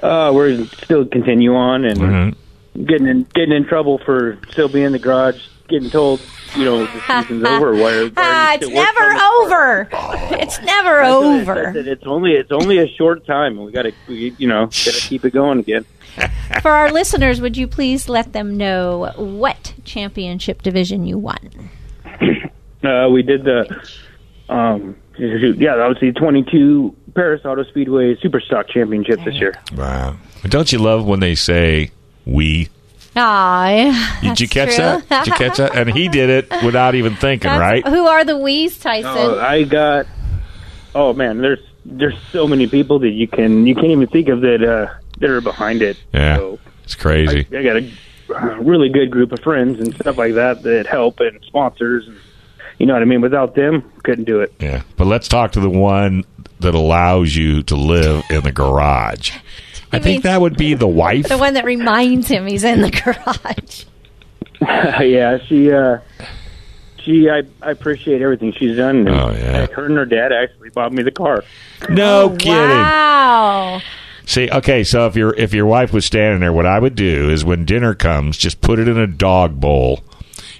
Speaker 6: Uh, we're still continue on and
Speaker 2: Mm-hmm.
Speaker 6: getting in getting in trouble for still being in the garage, getting told you know the season's over. Why,
Speaker 3: Ah,
Speaker 6: why
Speaker 3: it's never over. It's never
Speaker 6: I
Speaker 3: over.
Speaker 6: said, it's only it's only a short time, and we got to you know gotta keep it going again.
Speaker 3: For our listeners, would you please let them know what championship division you won?
Speaker 6: Uh, we did the, um, yeah, that was the 22 Paris Auto Speedway Super Stock Championship this year.
Speaker 2: Wow. Don't you love when they say we?
Speaker 3: Ah, yeah,
Speaker 2: Did you catch
Speaker 3: that's true.
Speaker 2: that? Did you catch that? And he did it without even thinking,
Speaker 3: That's-
Speaker 2: right?
Speaker 3: Who are the we's, Tyson?
Speaker 6: Oh, I got. Oh man, there's there's so many people that you can you can't even think of that uh, that are behind it.
Speaker 2: Yeah.
Speaker 6: So
Speaker 2: It's crazy.
Speaker 6: I got a uh, really good group of friends and stuff like that that help and sponsors. And, you know what I mean? Without them, couldn't do it.
Speaker 2: Yeah. But let's talk to the one that allows you to live in the garage. I
Speaker 3: mean-
Speaker 2: think that would be the wife.
Speaker 3: the one that reminds him he's in the garage.
Speaker 6: yeah, she. Uh, she, I, I appreciate everything she's done.
Speaker 2: Oh, yeah.
Speaker 6: Like, her and her dad actually bought me the car.
Speaker 2: No kidding.
Speaker 3: Wow.
Speaker 2: See, okay, so if your if your wife was standing there, what I would do is when dinner comes, just put it in a dog bowl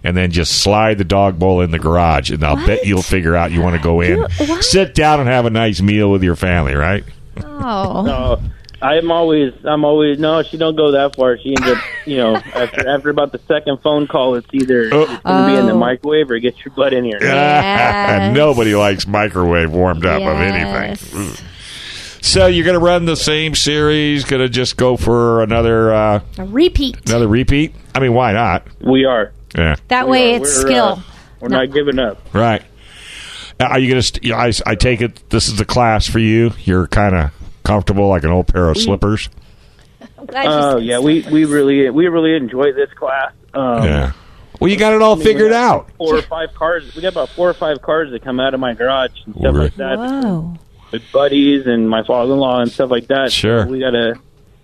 Speaker 2: and then just slide the dog bowl in the garage and I'll bet you'll figure out you want to go in. Sit down and have a nice meal with your family, right?
Speaker 3: Oh.
Speaker 6: No, I'm always, I'm always. No, she don't go that far. She ends up, you know, after after about the second phone call, it's either it's gonna be in the
Speaker 3: Oh.
Speaker 6: microwave or get your butt in here.
Speaker 3: Yes.
Speaker 2: Nobody likes microwave warmed up of anything. Mm.
Speaker 3: Yes.
Speaker 2: So you're going to run the same series, going to just go for another uh,
Speaker 3: A repeat.
Speaker 2: another repeat? I mean, why not?
Speaker 6: We are.
Speaker 2: Yeah.
Speaker 3: That
Speaker 6: We
Speaker 3: way
Speaker 6: are.
Speaker 3: it's
Speaker 6: We're,
Speaker 3: skill.
Speaker 6: uh, We're not giving up.
Speaker 2: Right. Now, Are you going st- to? I, I take it this is the class for you. You're kind of comfortable, like an old pair of slippers.
Speaker 3: I'm glad you
Speaker 6: Oh
Speaker 3: said
Speaker 6: yeah,
Speaker 3: so.
Speaker 6: we we really we really enjoy this class. Um,
Speaker 2: yeah. Well, you got it all
Speaker 6: I mean, we
Speaker 2: figured
Speaker 6: got
Speaker 2: out.
Speaker 6: Four or five cars. We got about four or five cars that come out of my garage and stuff
Speaker 2: Really?
Speaker 6: like that.
Speaker 3: Whoa.
Speaker 6: With buddies and my father-in-law and stuff like that.
Speaker 2: Sure.
Speaker 6: We got a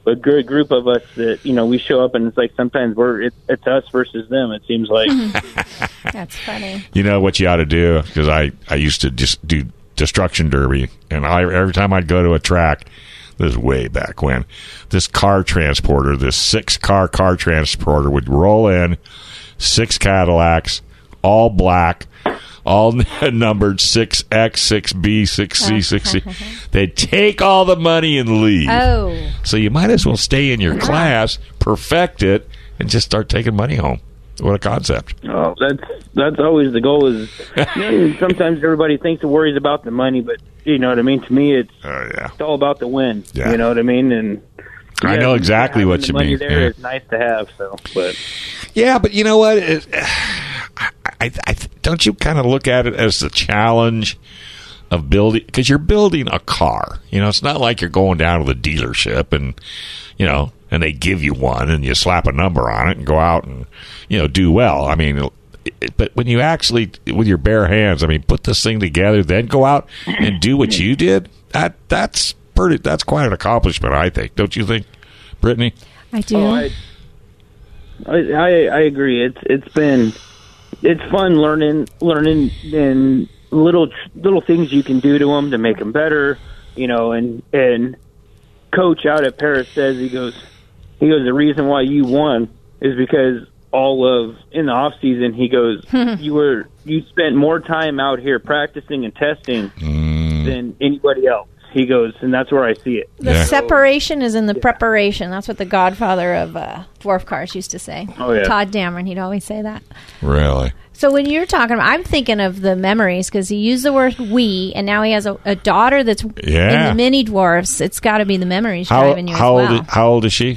Speaker 6: a good group of us that you know we show up and it's like sometimes we're it, it's us versus them. It seems like.
Speaker 3: That's funny.
Speaker 2: You know what you ought to do because I I used to just do destruction derby, and I every time I'd go to a track. This is way back when. This car transporter, this six car car transporter would roll in, six Cadillacs, all black, all numbered 6X, 6B, 6C, 6C. They'd take all the money and leave.
Speaker 3: Oh.
Speaker 2: So you might as well stay in your class, perfect it, and just start taking money home. What a concept.
Speaker 6: Oh, that's that's always the goal. Is you know, sometimes everybody thinks and worries about the money, but you know what I mean. To me, it's
Speaker 2: Oh, yeah.
Speaker 6: it's all about the win.
Speaker 2: Yeah.
Speaker 6: You know what I mean. And
Speaker 2: I
Speaker 6: yeah,
Speaker 2: know exactly
Speaker 6: having
Speaker 2: what
Speaker 6: the
Speaker 2: you
Speaker 6: money
Speaker 2: mean.
Speaker 6: There
Speaker 2: Yeah.
Speaker 6: is nice to have. So, but
Speaker 2: Yeah, but you know what? It, I, I, I, don't you kind of look at it as the challenge of building because you're building a car. You know, it's not like you're going down to the dealership and you know, and they give you one and you slap a number on it and go out and you know do well. I mean. It, it- but when you actually, with your bare hands, I mean, put this thing together, then go out and do what you did. That that's pretty. That's quite an accomplishment, I think. Don't you think, Brittany?
Speaker 3: I do.
Speaker 6: oh, I, I I I agree. It's it's been it's fun learning learning and little little things you can do to them to make them better. You know, and and coach out at Paris says he goes he goes the reason why you won is because all of in the off season he goes you were you spent more time out here practicing and testing than anybody else. He goes, and that's where I see it.
Speaker 3: the
Speaker 2: Yeah.
Speaker 3: separation is in the preparation. That's what the godfather of uh, dwarf cars used to say.
Speaker 6: Oh, yeah.
Speaker 3: Todd Dameron, he'd always say that.
Speaker 2: Really?
Speaker 3: So when you're talking about, I'm thinking of the memories because he used the word we, and now he has a, a daughter that's in
Speaker 2: Yeah.
Speaker 3: the mini dwarfs. It's got to be the memories
Speaker 2: How
Speaker 3: driving you
Speaker 2: how
Speaker 3: as well.
Speaker 2: old how old is she?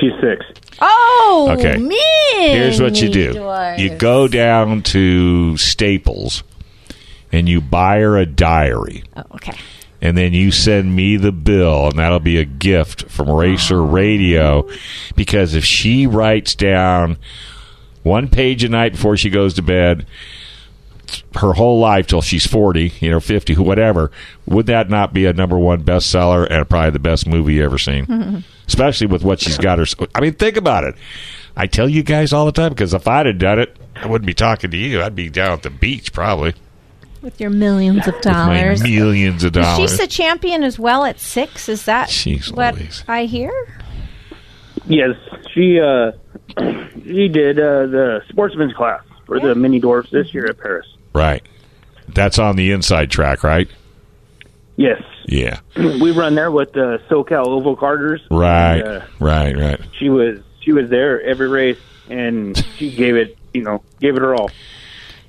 Speaker 6: She's six.
Speaker 3: oh,
Speaker 2: Okay.
Speaker 3: mini
Speaker 2: Here's what you do.
Speaker 3: dwarfs.
Speaker 2: You go down to Staples and you buy her a diary.
Speaker 3: Oh, okay.
Speaker 2: And then you send me the bill, and that'll be a gift from Racer Radio. Because if she writes down one page a night before she goes to bed, her whole life till she's 40, you know, 50, whatever, would that not be a number one bestseller and probably the best movie you ever seen? Especially with what she's got her. I mean, think about it. I tell you guys all the time because if I'd have done it, I wouldn't be talking to you. I'd be down at the beach probably.
Speaker 3: with your millions of dollars.
Speaker 2: My millions of
Speaker 3: Is
Speaker 2: dollars.
Speaker 3: Oh, She's the champion as well at six. Is that
Speaker 2: Jeez
Speaker 3: what I hear?
Speaker 5: Yes, she uh, she did uh, the sportsman's class for the mini dwarfs this year at Paris.
Speaker 2: right. That's on the inside track, right?
Speaker 5: Yes,
Speaker 2: Yeah.
Speaker 5: we run there with the SoCal Oval Carters.
Speaker 2: Right.
Speaker 5: And, uh,
Speaker 2: right. Right.
Speaker 5: she was she was there every race, and she gave it you know gave it her all.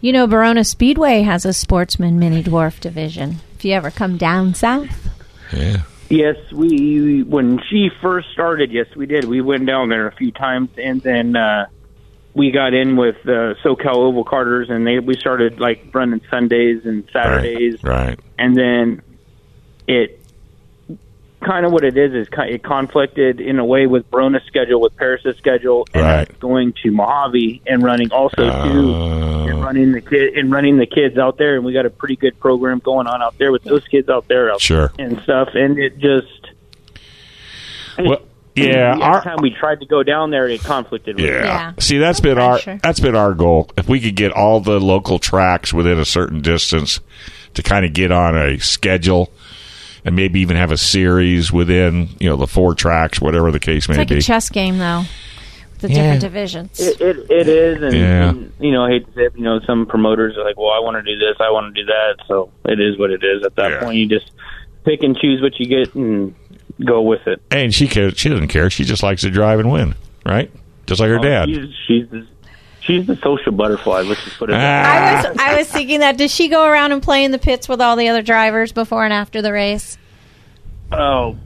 Speaker 3: You know, Verona Speedway has a sportsman mini dwarf division. If you ever come down south,
Speaker 2: Yeah.
Speaker 5: Yes, we when she first started, yes, we did. We went down there a few times, and then uh, we got in with uh, SoCal Oval Carters, and they we started like running Sundays and Saturdays,
Speaker 2: Right.
Speaker 5: and then it kind of what it is is ki it conflicted in a way with Brona's schedule, with Paris's schedule, and uh,
Speaker 2: Right.
Speaker 5: us going to Mojave and running also
Speaker 2: Uh,
Speaker 5: too, and running the kid and running the kids out there, and we got a pretty good program going on out there with those kids out there, out
Speaker 2: Sure.
Speaker 5: and stuff, and it just.
Speaker 2: Well, yeah,
Speaker 5: Every
Speaker 2: our-
Speaker 5: time we tried to go down there, it conflicted. With
Speaker 2: Yeah.
Speaker 5: us.
Speaker 2: See, that's been our
Speaker 5: pressure.
Speaker 2: that's been our goal. If we could get all the local tracks within a certain distance to kind of get on a schedule and maybe even have a series within, you know, the four tracks, whatever the case
Speaker 3: it's
Speaker 2: may
Speaker 3: like
Speaker 2: be.
Speaker 3: a chess game, though, with the
Speaker 2: Yeah.
Speaker 3: different divisions.
Speaker 5: It, it it is, and,
Speaker 2: Yeah.
Speaker 5: and, you know, I hate to say, it, you know, some promoters are like, "Well, I want to do this, I want to do that." So it is what it is. At that point, you just pick and choose what you get and go with it.
Speaker 2: and she cares, she doesn't care. She just likes to drive and win, right? Just like her
Speaker 5: Oh,
Speaker 2: dad.
Speaker 5: She's, she's the, she's the social butterfly. Let's just put it.
Speaker 2: Ah.
Speaker 5: that way.
Speaker 3: I was thinking that. Does she go around and play in the pits with all the other drivers before and after the race?
Speaker 5: Oh,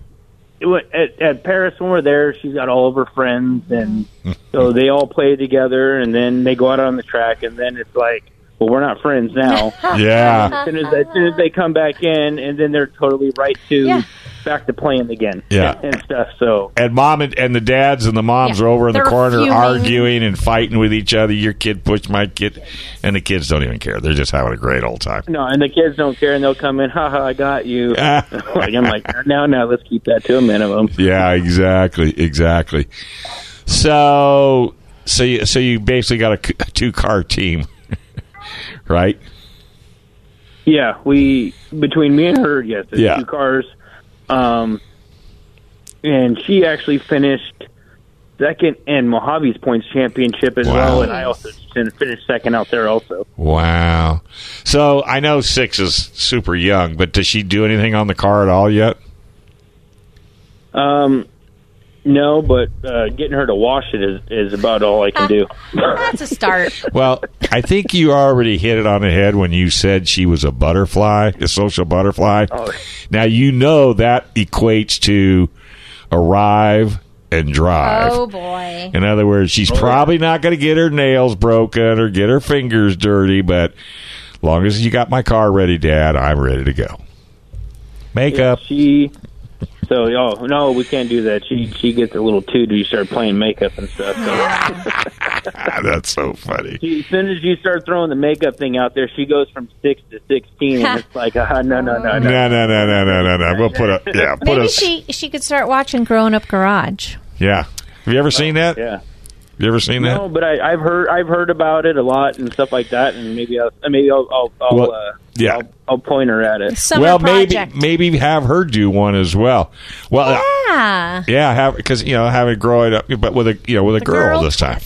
Speaker 5: it wa- at, at Paris when we're there, she's got all of her friends, and so they all play together, and then they go out on the track, and then it's like, well, we're not friends now.
Speaker 2: Ah, Yeah.
Speaker 5: As soon as, as soon as they come back in, and then they're totally right to back to playing again.
Speaker 2: Yeah.
Speaker 5: and stuff. So
Speaker 2: and mom and, and the dads and the moms
Speaker 5: Yeah.
Speaker 2: are over in the
Speaker 5: They're
Speaker 2: corner
Speaker 5: fuming.
Speaker 2: arguing and fighting with each other. Your kid pushed my kid, and the kids don't even care. They're just having a great old time.
Speaker 5: no, and the kids don't care, and they'll come in. Haha, I got you. like, I'm like, no, no, let's keep that to a minimum.
Speaker 2: Yeah, exactly, exactly. So, so you, so you basically got a c- a two car team, right?
Speaker 5: Yeah, we between me and her, yes, it's
Speaker 2: Yeah.
Speaker 5: two cars. Um, and she actually finished second in Mojave's points championship as well, and I also fin- finished second out there also.
Speaker 2: Wow. So I know six is super young, but does she do anything on the car at all yet?
Speaker 5: Um, no, but uh, getting her to wash it is, is about all I can do.
Speaker 3: That's a start.
Speaker 2: Well, I think you already hit it on the head when you said she was a butterfly, a social butterfly. Now you know that equates to arrive and drive.
Speaker 3: Oh boy.
Speaker 2: In other words, she's probably not going to get her nails broken or get her fingers dirty, but long as you got my car ready, Dad, I'm ready to go. Makeup.
Speaker 5: She. So, oh no, we can't do that. She she gets a little too. Do you start playing makeup and stuff? So.
Speaker 2: Ah, That's so funny.
Speaker 5: She, as soon as you start throwing the makeup thing out there, she goes from six to sixteen, and it's like, uh, no, no, no,
Speaker 2: No,
Speaker 5: no.
Speaker 2: no, no, no, no, no, no. We'll put a yeah, put
Speaker 3: Maybe
Speaker 2: a
Speaker 3: she she could start watching Growing Up Garage.
Speaker 2: yeah. Have you ever seen that?
Speaker 5: Yeah.
Speaker 2: You ever seen that?
Speaker 5: No, but I, I've heard I've heard about it a lot and stuff like that, and maybe I'll uh, maybe I'll I'll, I'll,
Speaker 2: Well,
Speaker 5: uh,
Speaker 2: yeah.
Speaker 5: I'll, I'll point her at it.
Speaker 2: well, maybe maybe have her do one as well. Well, yeah.
Speaker 3: Ah.
Speaker 2: Yeah, have because you know having growing up, but with a you know with a girl,
Speaker 3: girl
Speaker 2: this time.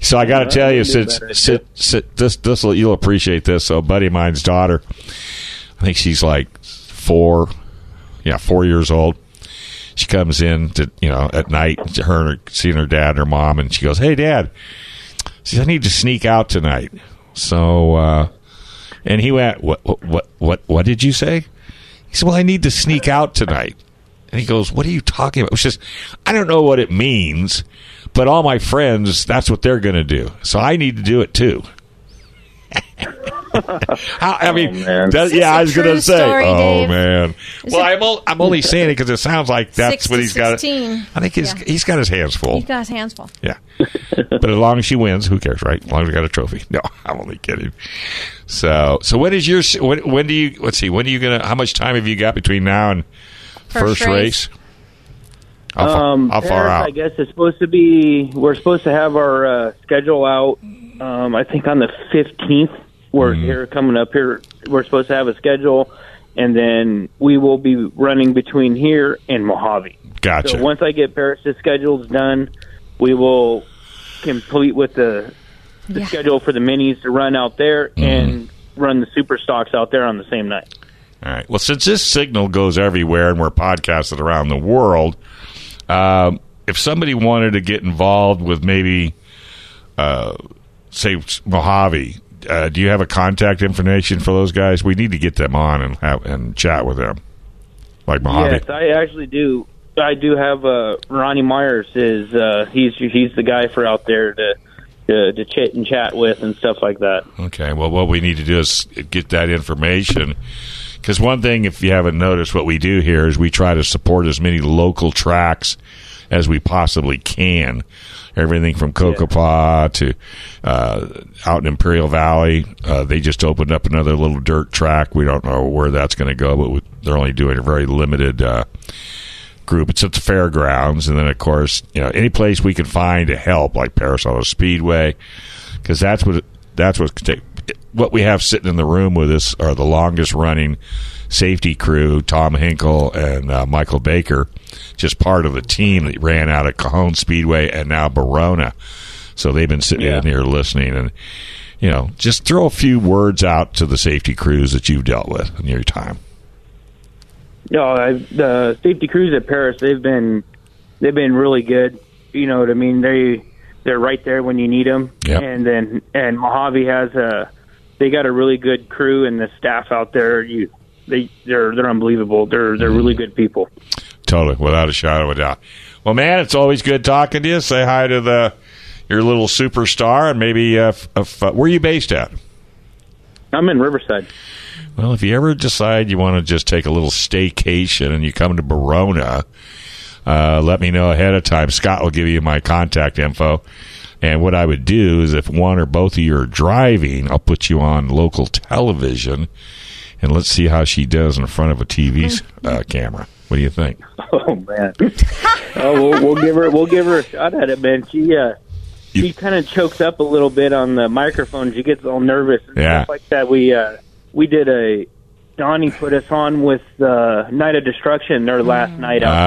Speaker 2: So I got to
Speaker 5: Yeah,
Speaker 2: tell
Speaker 5: I
Speaker 2: you,
Speaker 5: knew
Speaker 2: since,
Speaker 5: better.
Speaker 2: since, since this this will you'll appreciate this. So, a buddy of mine's daughter, I think she's like four, yeah, four years old. She comes in to you know at night, her and her, seeing her dad and her mom, and she goes, "Hey, dad," she says, "I need to sneak out tonight." So, uh, and he went, "What what what what, what did you say?" He said, "Well, I need to sneak out tonight." And he goes, "What are you talking about?" It's just, I don't know what it means, but all my friends, that's what they're going to do. So I need to do it too. How, I mean, that-
Speaker 7: Is this
Speaker 2: yeah, I
Speaker 7: a
Speaker 2: was going
Speaker 7: true
Speaker 2: to say,
Speaker 7: story,
Speaker 2: oh
Speaker 7: Dave?
Speaker 2: man.
Speaker 7: Is
Speaker 2: well,
Speaker 7: it-
Speaker 2: I'm, ol- I'm only saying it because it sounds like that's
Speaker 3: Six
Speaker 2: what
Speaker 3: to
Speaker 2: he's got.
Speaker 3: 16.
Speaker 2: I think he's
Speaker 3: Yeah.
Speaker 2: he's got his hands full.
Speaker 3: He got his hands full.
Speaker 2: Yeah. but as long as she wins, who cares, right? As long as we got a trophy. No, I'm only kidding. So, so when is your when, when do you let's see, when are you going to how much time have you got between now and
Speaker 3: First
Speaker 2: first, race?
Speaker 3: race.
Speaker 2: How far-
Speaker 3: um,
Speaker 2: how far
Speaker 3: Paris,
Speaker 2: out?
Speaker 3: I guess it's supposed to be. We're supposed to have our uh, schedule out. Um, I think on the fifteenth.
Speaker 2: Mm-hmm.
Speaker 3: We're here coming up here. We're supposed to have a schedule, and then we will be running between here and Mojave.
Speaker 2: Gotcha.
Speaker 3: So once I get Paris's schedules done, we will complete with the, the schedule for the minis to run out there
Speaker 2: Mm-hmm.
Speaker 3: and run the super stocks out there on the same night.
Speaker 2: All right. Well, since this signal goes everywhere and we're podcasted around the world, um, if somebody wanted to get involved with maybe, uh, say, Mojave, uh, do you have a contact information for those guys? We need to get them on and have, and chat with them, like Mojave.
Speaker 3: Yes, I actually do. I do have uh, Ronnie Myers is uh, he's he's the guy for out there to to, to chit and chat with and stuff like that.
Speaker 2: Okay. Well, what we need to do is get that information. Because one thing, if you haven't noticed, what we do here is we try to support as many local tracks as we possibly can. Everything from Kokopah to uh, out in Imperial Valley. Uh, they just opened up another little dirt track. We don't know where that's going to go, but we, they're only doing a very limited uh, group. It's at the fairgrounds, and then of course, you know, any place we can find to help, like Paris Auto Speedway, because that's what that's what could take. What we have sitting in the room with us are the longest running safety crew, Tom Hinkle and uh, Michael Baker, just part of the team that ran out of Cajon Speedway and now Barona. So they've been sitting in here listening and. You know, just throw a few words out to the safety crews that you've dealt with in your time.
Speaker 3: No, I, the safety crews at Paris they've been they've been really good. You know what I mean? They they're right there when you need them.
Speaker 2: Yep.
Speaker 3: And then and Mojave has a they got a really good crew and the staff out there. You they they're they're unbelievable. They're they're really good people.
Speaker 2: Totally, without a shadow of a doubt. Well, man, it's always good talking to you. Say hi to the your little superstar, and maybe uh, if, if, uh, where are you based at?
Speaker 3: I'm in Riverside.
Speaker 2: Well, if you ever decide you want to just take a little staycation and you come to Barona, uh, let me know ahead of time. Scott will give you my contact info. And what I would do is if one or both of you are driving, I'll put you on local television and let's see how she does in front of a TV uh, camera. What do you think?
Speaker 3: Oh man. oh, we'll, we'll give her we'll give her a shot at it, man. She uh, she kind of chokes up a little bit on the microphone. She gets all nervous and
Speaker 2: Yeah.
Speaker 3: stuff like that. We uh, we did a Donnie put us on with uh, Night of Destruction their last night out
Speaker 2: Ah.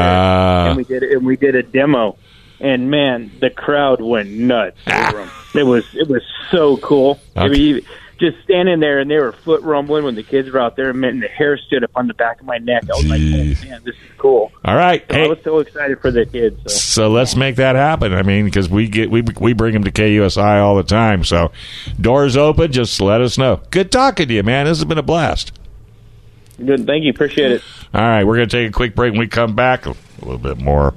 Speaker 3: there, and we did and we did a demo. And man, the crowd went nuts.
Speaker 2: Ah.
Speaker 3: over 'em. It was it was so cool. I
Speaker 2: Okay.
Speaker 3: mean, just standing there, and they were foot rumbling when the kids were out there. And man, the hair stood up on the back of my neck. I was like, oh, man, this is cool.
Speaker 2: All right.
Speaker 3: So I was so excited for the kids. So.
Speaker 2: So let's make that happen. I mean, because we get we we bring them to KUSI all the time. So doors open. Just let us know. Good talking to you, man. This has been a blast.
Speaker 3: Good. Thank you. Appreciate it.
Speaker 2: All right, we're going to take a quick break. When we come back, a little bit more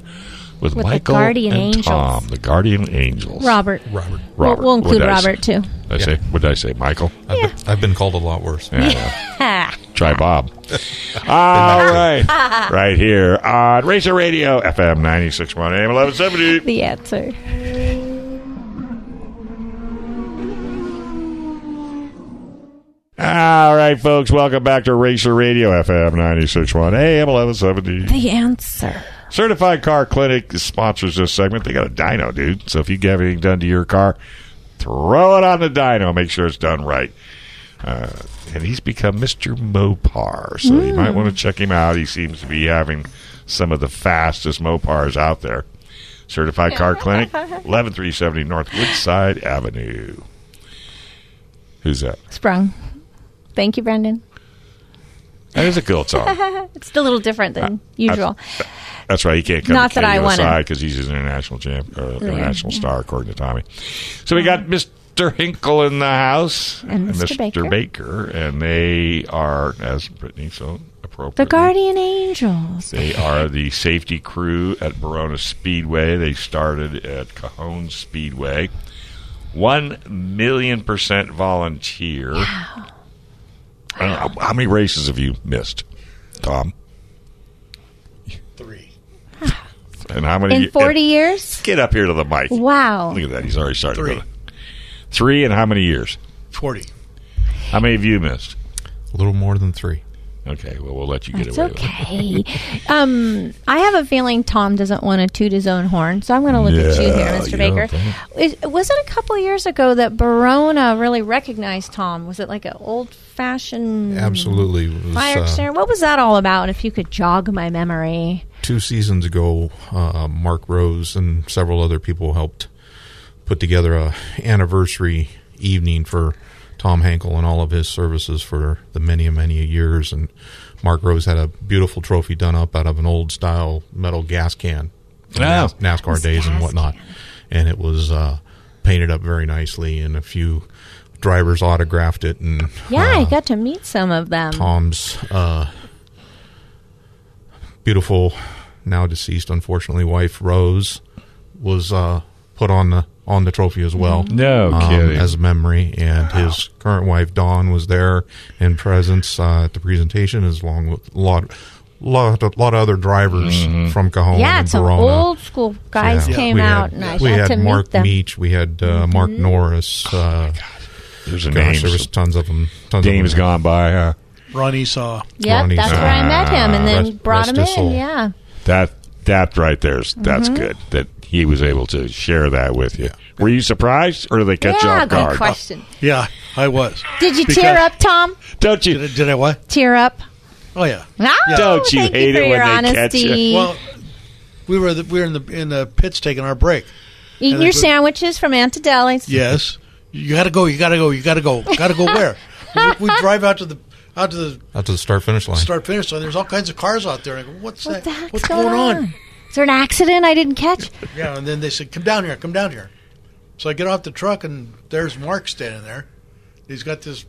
Speaker 2: with,
Speaker 5: With the
Speaker 2: Michael
Speaker 5: Guardian
Speaker 2: and
Speaker 5: Angels.
Speaker 2: Tom, the Guardian Angels.
Speaker 5: Robert.
Speaker 8: Robert.
Speaker 5: We'll-
Speaker 2: Robert.
Speaker 5: We'll, include
Speaker 2: What'd I say?
Speaker 5: Robert too.
Speaker 2: Did I say what did I say? Michael.
Speaker 8: I've, been, I've been called a lot worse.
Speaker 5: Ha.
Speaker 2: Try Bob. All right, right here on Racer Radio FM 96.1 AM eleven seventy.
Speaker 5: the answer.
Speaker 2: All right, folks, welcome back to Racer Radio FM 961 AM 1170.
Speaker 5: The answer.
Speaker 2: Certified Car Clinic sponsors this segment. They got a dyno, dude. So if you get anything done to your car, throw it on the dyno. Make sure it's done right. Uh, and he's become Mr. Mopar, so you might want to check him out. He seems to be having some of the fastest Mopars out there. Certified Car Clinic, 11370 North Woodside Avenue. Who's that?
Speaker 5: Sprung. Thank you, Brendan.
Speaker 2: That is a cool song.
Speaker 5: It's a little different than usual.
Speaker 2: That's right. He can't come
Speaker 5: Not
Speaker 2: to
Speaker 5: that I want him.
Speaker 2: because he's an international champ, or international star, according to Tommy. So we got Mr. Hinkle in the house
Speaker 5: And Mr. Baker.
Speaker 2: Baker, and they are, as Brittany so appropriately,
Speaker 5: The Guardian Angels.
Speaker 2: They are the safety crew at Barona Speedway. They started at Cajon Speedway. One million percent volunteer. I don't know, how- how many races have you missed, Tom?
Speaker 4: Three.
Speaker 2: And how many
Speaker 5: In 40 years?
Speaker 2: Get up here to the mic.
Speaker 5: Wow.
Speaker 2: Look at that. He's already started.
Speaker 4: Three.
Speaker 2: brother. Three in how many years?
Speaker 4: 40.
Speaker 2: How many have you missed?
Speaker 8: A little more than three.
Speaker 2: Okay, well, we'll let you get
Speaker 3: It's
Speaker 2: away with
Speaker 3: okay.
Speaker 2: it.
Speaker 3: um, I have a feeling Tom doesn't want to toot his own horn, so I'm going to look at you here,
Speaker 2: Yeah,
Speaker 3: Mr.
Speaker 2: you
Speaker 3: Baker.
Speaker 2: don't think.
Speaker 3: It, was it a couple of years ago that Barona really recognized Tom? Was it like an old fashioned
Speaker 5: Absolutely. It was,
Speaker 3: fire
Speaker 5: uh,
Speaker 3: extinguisher? What was that all about? If you could jog my memory,
Speaker 5: two seasons ago, uh, Mark Rose and several other people helped put together a anniversary evening for Tom Hankel and all of his services for the many many years. And Mark Rose had a beautiful trophy done up out of an old style metal gas can, from
Speaker 2: Ah.
Speaker 5: NAS- NASCAR days and whatnot, and it was uh, painted up very nicely. And a few drivers autographed it, and
Speaker 3: yeah, I got to meet some of them.
Speaker 5: Tom's uh, beautiful, now deceased, unfortunately, wife Rose was uh, put on the on the trophy as well.
Speaker 2: Mm-hmm. No
Speaker 5: um,
Speaker 2: kidding.
Speaker 5: as a memory, and his current wife Dawn was there in presence uh, at the presentation, as long with a lot. Lot, a lot of other drivers
Speaker 2: Mm-hmm.
Speaker 5: from Cajon
Speaker 3: yeah,
Speaker 5: and
Speaker 3: some
Speaker 5: Verona.
Speaker 3: old school guys
Speaker 5: Yeah.
Speaker 3: came
Speaker 5: We had-
Speaker 3: out, and I
Speaker 5: we
Speaker 3: got
Speaker 5: had
Speaker 3: to
Speaker 5: Mark
Speaker 3: meet them. Mm-hmm.
Speaker 5: Meach, we had uh, Mark Norris. Uh,
Speaker 2: There's
Speaker 5: gosh,
Speaker 2: names.
Speaker 5: there was tons of them. Tons of
Speaker 2: Dame's
Speaker 5: them.
Speaker 2: gone by, huh?
Speaker 4: Ronnie saw.
Speaker 3: Yep,
Speaker 5: Ronnie's-
Speaker 3: that's where I met him, and then
Speaker 5: Ah, Rest-
Speaker 3: brought
Speaker 5: rest
Speaker 3: him
Speaker 5: his
Speaker 3: in.
Speaker 5: soul.
Speaker 3: Yeah,
Speaker 2: That that right there's that's
Speaker 3: Mm-hmm.
Speaker 2: good that he was able to share that with you. Were you surprised, or did they catch you
Speaker 3: yeah,
Speaker 2: off guard?
Speaker 3: good question.
Speaker 4: Yeah, I was.
Speaker 3: Did you
Speaker 4: Because-
Speaker 3: tear up, Tom?
Speaker 2: Don't you?
Speaker 4: Did I, did I what?
Speaker 3: Tear up.
Speaker 4: Oh yeah.
Speaker 3: No,
Speaker 2: Don't you
Speaker 3: thank
Speaker 2: hate
Speaker 3: for
Speaker 2: it
Speaker 3: your
Speaker 2: when they catch
Speaker 3: honesty.
Speaker 2: you?
Speaker 4: Well, we were the, we were in the in the pits taking our break.
Speaker 3: Eating
Speaker 4: and
Speaker 3: your
Speaker 4: they-
Speaker 3: sandwiches from Antidelli's.
Speaker 4: Yes, you got to go. You got to go. You got to go. Got to go where? we, we drive out to the out to the
Speaker 5: Out to the start finish line.
Speaker 4: start finish line. There's all kinds of cars out there. And I go, what's
Speaker 3: What the
Speaker 4: that?
Speaker 3: heck's
Speaker 4: What's going on?
Speaker 3: Is there an accident I didn't catch?
Speaker 4: Yeah, and then they said, "Come down here. Come down here." So I get off the truck, and there's Mark standing there. He's got this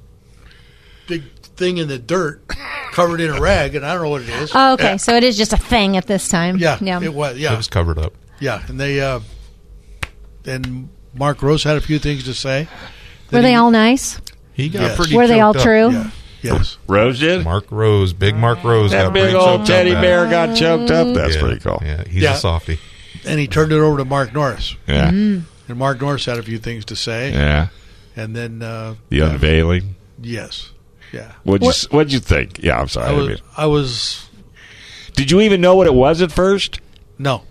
Speaker 4: big thing in the dirt, covered in a rag, and I don't know what it is.
Speaker 3: Oh, okay, so it is just a thing at this time.
Speaker 4: Yeah, it was. Yeah,
Speaker 5: It was covered up.
Speaker 4: yeah. And they uh, and Mark Rose had a few things to say.
Speaker 3: Were
Speaker 4: Then
Speaker 3: they
Speaker 4: he-
Speaker 3: all nice?
Speaker 5: He got
Speaker 4: Yes.
Speaker 5: pretty
Speaker 3: Were they
Speaker 5: choked
Speaker 3: all
Speaker 5: up.
Speaker 3: true?
Speaker 4: Yeah. Yes.
Speaker 2: Rose did.
Speaker 5: Mark Rose, big Mark Rose,
Speaker 2: That
Speaker 5: got
Speaker 2: big
Speaker 5: pretty
Speaker 2: old
Speaker 5: choked
Speaker 2: teddy
Speaker 5: up at
Speaker 2: bear
Speaker 5: it.
Speaker 2: got choked up. That's
Speaker 5: Yeah,
Speaker 2: pretty cool.
Speaker 5: Yeah, he's
Speaker 4: Yeah.
Speaker 5: a softy.
Speaker 4: And he turned it over to Mark Norris,
Speaker 2: Yeah.
Speaker 3: Mm-hmm.
Speaker 4: and Mark Norris had a few things to say.
Speaker 2: Yeah.
Speaker 4: And then uh,
Speaker 2: The unveiling.
Speaker 4: yes, yeah.
Speaker 2: What'd you, s- what'd you think? Yeah, I'm sorry.
Speaker 4: I
Speaker 2: I
Speaker 4: was,
Speaker 2: mean-
Speaker 4: I was
Speaker 2: did you even know what it was at first?
Speaker 4: no.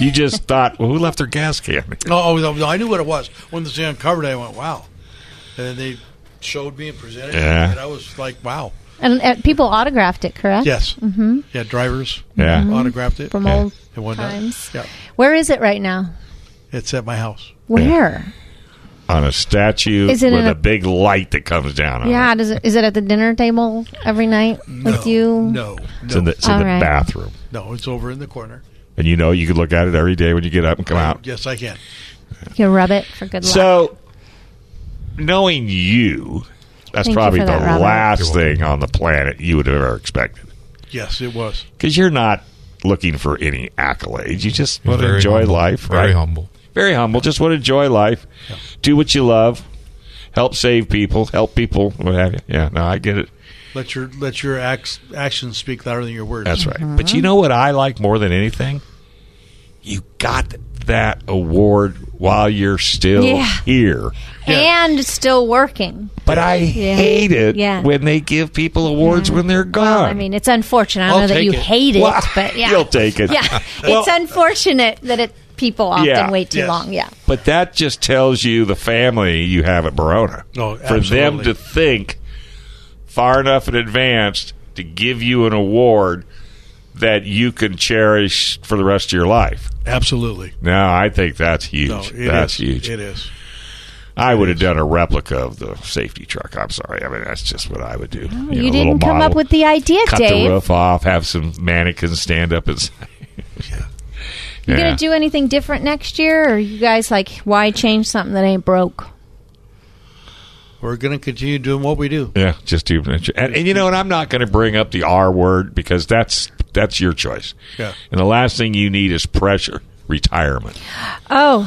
Speaker 2: You just thought, well, who left their gas can?
Speaker 4: No, oh, no, I knew what it was. When they uncovered it, I went, wow. And then they showed me and presented
Speaker 2: Yeah.
Speaker 4: it, and I was like, wow.
Speaker 3: And uh, people autographed it, correct?
Speaker 4: Yes. Mm-hmm. Yeah, drivers
Speaker 2: Yeah. Mhm.
Speaker 4: autographed it.
Speaker 3: From
Speaker 2: Yeah.
Speaker 3: old
Speaker 4: And whatnot.
Speaker 3: times.
Speaker 4: Yeah.
Speaker 3: Where is it right now?
Speaker 4: It's at my house.
Speaker 3: Where?
Speaker 2: On a statue
Speaker 3: Is it
Speaker 2: with
Speaker 3: in
Speaker 2: a,
Speaker 3: a-
Speaker 2: big light that comes down on it.
Speaker 3: Yeah, does it, is it at the dinner table every night with you?
Speaker 4: No.
Speaker 2: It's
Speaker 4: No,
Speaker 2: in the, it's in the
Speaker 3: All right.
Speaker 2: bathroom.
Speaker 4: no, it's over in the corner.
Speaker 2: And you know you could look at it every day when you get up and come out.
Speaker 4: Yes, I can.
Speaker 3: You rub it for good luck.
Speaker 2: So, knowing you, that's
Speaker 3: Thank you
Speaker 2: probably
Speaker 3: for
Speaker 2: the
Speaker 3: that, Robert.
Speaker 2: last thing on the planet you would have ever expected.
Speaker 4: Yes, it was.
Speaker 2: Because you're not looking for any accolades. You just want to
Speaker 5: Very
Speaker 2: enjoy
Speaker 5: humble,
Speaker 2: life, right?
Speaker 5: Very humble.
Speaker 2: Very humble. Just want to enjoy life. Do what you love. Help save people. Help people. What have you? Yeah. No, I get it.
Speaker 4: Let your let your acts, actions speak louder than your words.
Speaker 2: That's right. But
Speaker 3: Mm-hmm.
Speaker 2: you know what I like more than anything? You got that award while you're still
Speaker 3: Yeah.
Speaker 2: here.
Speaker 3: And still working.
Speaker 2: But I hate it
Speaker 3: Yeah.
Speaker 2: when they give people awards when they're gone.
Speaker 3: Well, I mean, it's unfortunate. I don't
Speaker 4: I'll
Speaker 3: know that
Speaker 4: take
Speaker 3: you
Speaker 4: it.
Speaker 3: hate it,
Speaker 2: Well,
Speaker 3: but yeah.
Speaker 2: you'll take it.
Speaker 3: Yeah,
Speaker 2: Well-
Speaker 3: it's unfortunate that it people often
Speaker 2: Yeah.
Speaker 3: wait too
Speaker 4: Yes.
Speaker 3: long. Yeah,
Speaker 2: But that just tells you the family you have at Barona.
Speaker 4: No,
Speaker 2: For them
Speaker 4: Oh, absolutely.
Speaker 2: to think far enough in advance to give you an award that you can cherish for the rest of your life.
Speaker 4: Absolutely.
Speaker 2: No, I think that's huge.
Speaker 4: No, it
Speaker 2: that's
Speaker 4: is.
Speaker 2: huge.
Speaker 4: It is.
Speaker 2: I would have done a replica of the safety truck. I'm sorry. I mean, that's just what I would do.
Speaker 3: you,
Speaker 2: know, a little
Speaker 3: didn't come up
Speaker 2: model.
Speaker 3: with the idea,
Speaker 2: cut
Speaker 3: Dave.
Speaker 2: the roof off, have some mannequins stand up and. s-
Speaker 3: You
Speaker 2: Yeah.
Speaker 3: gonna do anything different next year, or you guys like why change something that ain't broke?
Speaker 4: We're going to continue doing what we do.
Speaker 2: Yeah, just do and, and you know, and I'm not going to bring up the R word because that's that's your choice.
Speaker 4: Yeah.
Speaker 2: And the last thing you need is pressure. Retirement.
Speaker 3: Oh,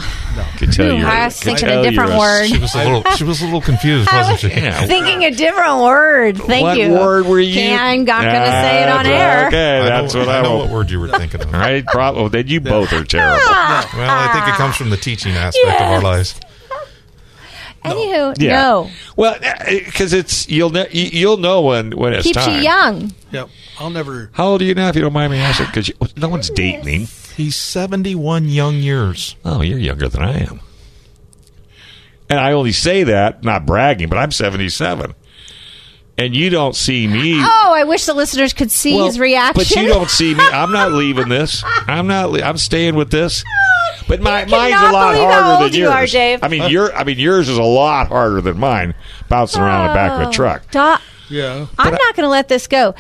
Speaker 2: Could tell
Speaker 3: Ooh,
Speaker 2: you're-
Speaker 3: I was
Speaker 2: could
Speaker 3: thinking
Speaker 2: tell
Speaker 3: a different
Speaker 2: you're
Speaker 3: word.
Speaker 5: She was a little. she was a little confused, wasn't she?
Speaker 2: Yeah.
Speaker 3: Thinking a different word. Thank
Speaker 2: what
Speaker 3: you.
Speaker 2: word were you?
Speaker 3: Yeah, I'm not gonna say it on
Speaker 2: Ah,
Speaker 3: air.
Speaker 2: Okay, that's
Speaker 5: know,
Speaker 2: what I,
Speaker 5: know
Speaker 2: will.
Speaker 5: what word you were thinking of.
Speaker 2: All right, problem. Then you
Speaker 3: Ah!
Speaker 2: both are terrible.
Speaker 5: Well, I think it comes from the teaching aspect of our lives.
Speaker 3: Anywho, no.
Speaker 2: Well, because it's you'll ne- you- you'll know when when it's
Speaker 3: Keeps
Speaker 2: time.
Speaker 3: you young.
Speaker 4: Yep. I'll never.
Speaker 2: How old are you now, if you don't mind me asking? Because no one's dating him.
Speaker 5: He's 71 young years.
Speaker 2: Oh, you're younger than I am. And I only say that not bragging, but I'm 77, and you don't see me.
Speaker 3: Oh, I wish the listeners could see
Speaker 2: Well,
Speaker 3: his reaction.
Speaker 2: But you don't see me. I'm not leaving this. I'm not. Le- I'm staying with this. But my
Speaker 3: You
Speaker 2: mine's a
Speaker 3: cannot
Speaker 2: lot
Speaker 3: believe how
Speaker 2: harder
Speaker 3: old
Speaker 2: than
Speaker 3: you
Speaker 2: yours.
Speaker 3: are, Dave.
Speaker 2: I mean, your I mean yours is a lot harder than mine, bouncing around the back
Speaker 3: Oh.
Speaker 2: of a truck.
Speaker 3: Doc,
Speaker 4: Yeah.
Speaker 3: I'm not going to let this go.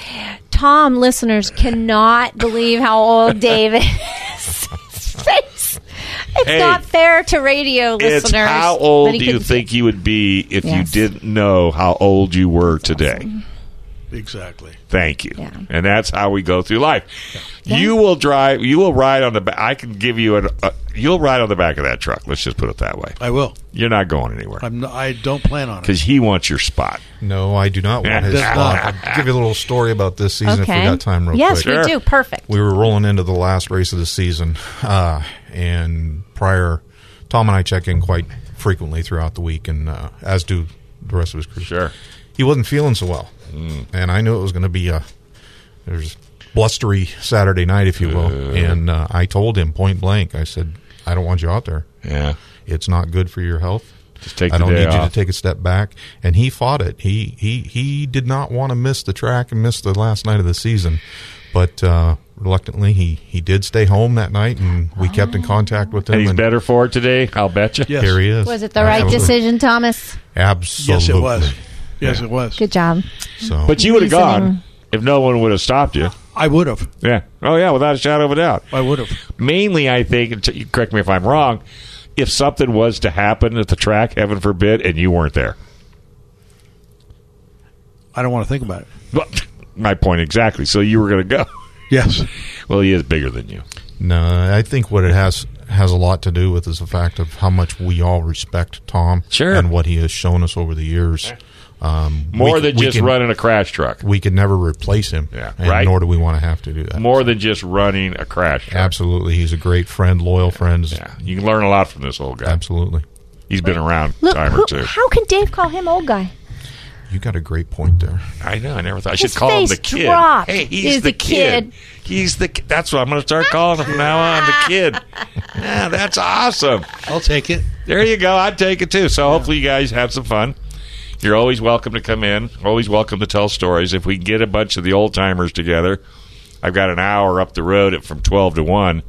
Speaker 3: Tom, listeners cannot believe how old Dave is. His face. It's
Speaker 2: Hey,
Speaker 3: not fair to radio listeners.
Speaker 2: It's how
Speaker 3: but
Speaker 2: old
Speaker 3: he
Speaker 2: do you
Speaker 3: couldn't-
Speaker 2: think you would be if
Speaker 3: Yes.
Speaker 2: you didn't know how old you were today?
Speaker 4: Exactly.
Speaker 2: Thank you.
Speaker 3: Yeah.
Speaker 2: And that's how we go through life. You will drive. You will ride on the. ba- I can give you an. Uh, you'll ride on the back of that truck. Let's just put it that way.
Speaker 4: I will.
Speaker 2: You're not going anywhere
Speaker 4: I'm. Not, I don't plan on it.
Speaker 2: because he wants your spot.
Speaker 5: No, I do not want his
Speaker 4: Does
Speaker 5: spot. I'll give you a little story about this season if we
Speaker 3: Okay.
Speaker 5: got time real
Speaker 3: yes,
Speaker 5: quick.
Speaker 3: we do. Perfect.
Speaker 5: we were rolling into the last race of the season, uh, and prior, Tom and I check in quite frequently throughout the week, and uh, as do the rest of his crew.
Speaker 2: Sure. Mm.
Speaker 5: he wasn't feeling so well, and I knew it was going to be a there's blustery Saturday night, if you will. and uh, I told him point blank, I said, "I don't want you out there.
Speaker 2: Yeah.
Speaker 5: It's not good for your health."
Speaker 2: Just take
Speaker 5: I
Speaker 2: the
Speaker 5: don't
Speaker 2: day
Speaker 5: need you
Speaker 2: off.
Speaker 5: to take a step back. And he fought it. He he he did not want to miss the track and miss the last night of the season, but uh, reluctantly he he did stay home that night, and we kept in contact with him.
Speaker 2: And he's better for it today. I'll bet you.
Speaker 4: Yes.
Speaker 5: Here he is.
Speaker 3: Was it the right
Speaker 5: Absolutely.
Speaker 3: decision, Thomas?
Speaker 5: Absolutely.
Speaker 4: Yes, it was. Yes, it was.
Speaker 3: Good job.
Speaker 5: So
Speaker 2: But you would have
Speaker 3: Reasoning.
Speaker 2: gone if no one would have stopped you.
Speaker 4: I would have.
Speaker 2: Yeah. Oh yeah, without a shadow of a doubt.
Speaker 4: I would have.
Speaker 2: mainly i think and t- you correct me if i'm wrong if something was to happen at the track heaven forbid and you weren't there
Speaker 4: I don't want to think about it.
Speaker 2: Well, my point exactly so you were going to go
Speaker 4: Yes.
Speaker 2: well he is bigger than you
Speaker 5: no, I think what it has has a lot to do with is the fact of how much we all respect Tom
Speaker 2: Sure.
Speaker 5: and what he has shown us over the years. Um,
Speaker 2: more
Speaker 5: we-
Speaker 2: than
Speaker 5: we
Speaker 2: just
Speaker 5: can-
Speaker 2: running a crash truck
Speaker 5: We could never replace him,
Speaker 2: Yeah,
Speaker 5: and
Speaker 2: right.
Speaker 5: nor do we want to have to do that.
Speaker 2: more than just running a crash truck
Speaker 5: Absolutely, he's a great friend, loyal friend.
Speaker 2: yeah you can learn a lot from this old guy
Speaker 5: Absolutely,
Speaker 2: he's been around a
Speaker 3: Look,
Speaker 2: time
Speaker 3: who-
Speaker 2: or two
Speaker 3: how can Dave call him old guy?
Speaker 5: you got a great point there.
Speaker 2: i know i never thought i
Speaker 3: His
Speaker 2: should call him the
Speaker 3: face
Speaker 2: kid
Speaker 3: dropped.
Speaker 2: hey he's,
Speaker 3: He's
Speaker 2: the
Speaker 3: a kid.
Speaker 2: kid. he's the ki- that's what i'm going to start calling him from now on the kid yeah that's awesome
Speaker 4: I'll take it.
Speaker 2: There you go. I'd take it too. So hopefully you guys have some fun. You're always welcome to come in. Always welcome to tell stories. If we can get a bunch of the old timers together, I've got an hour up the road at from twelve to one.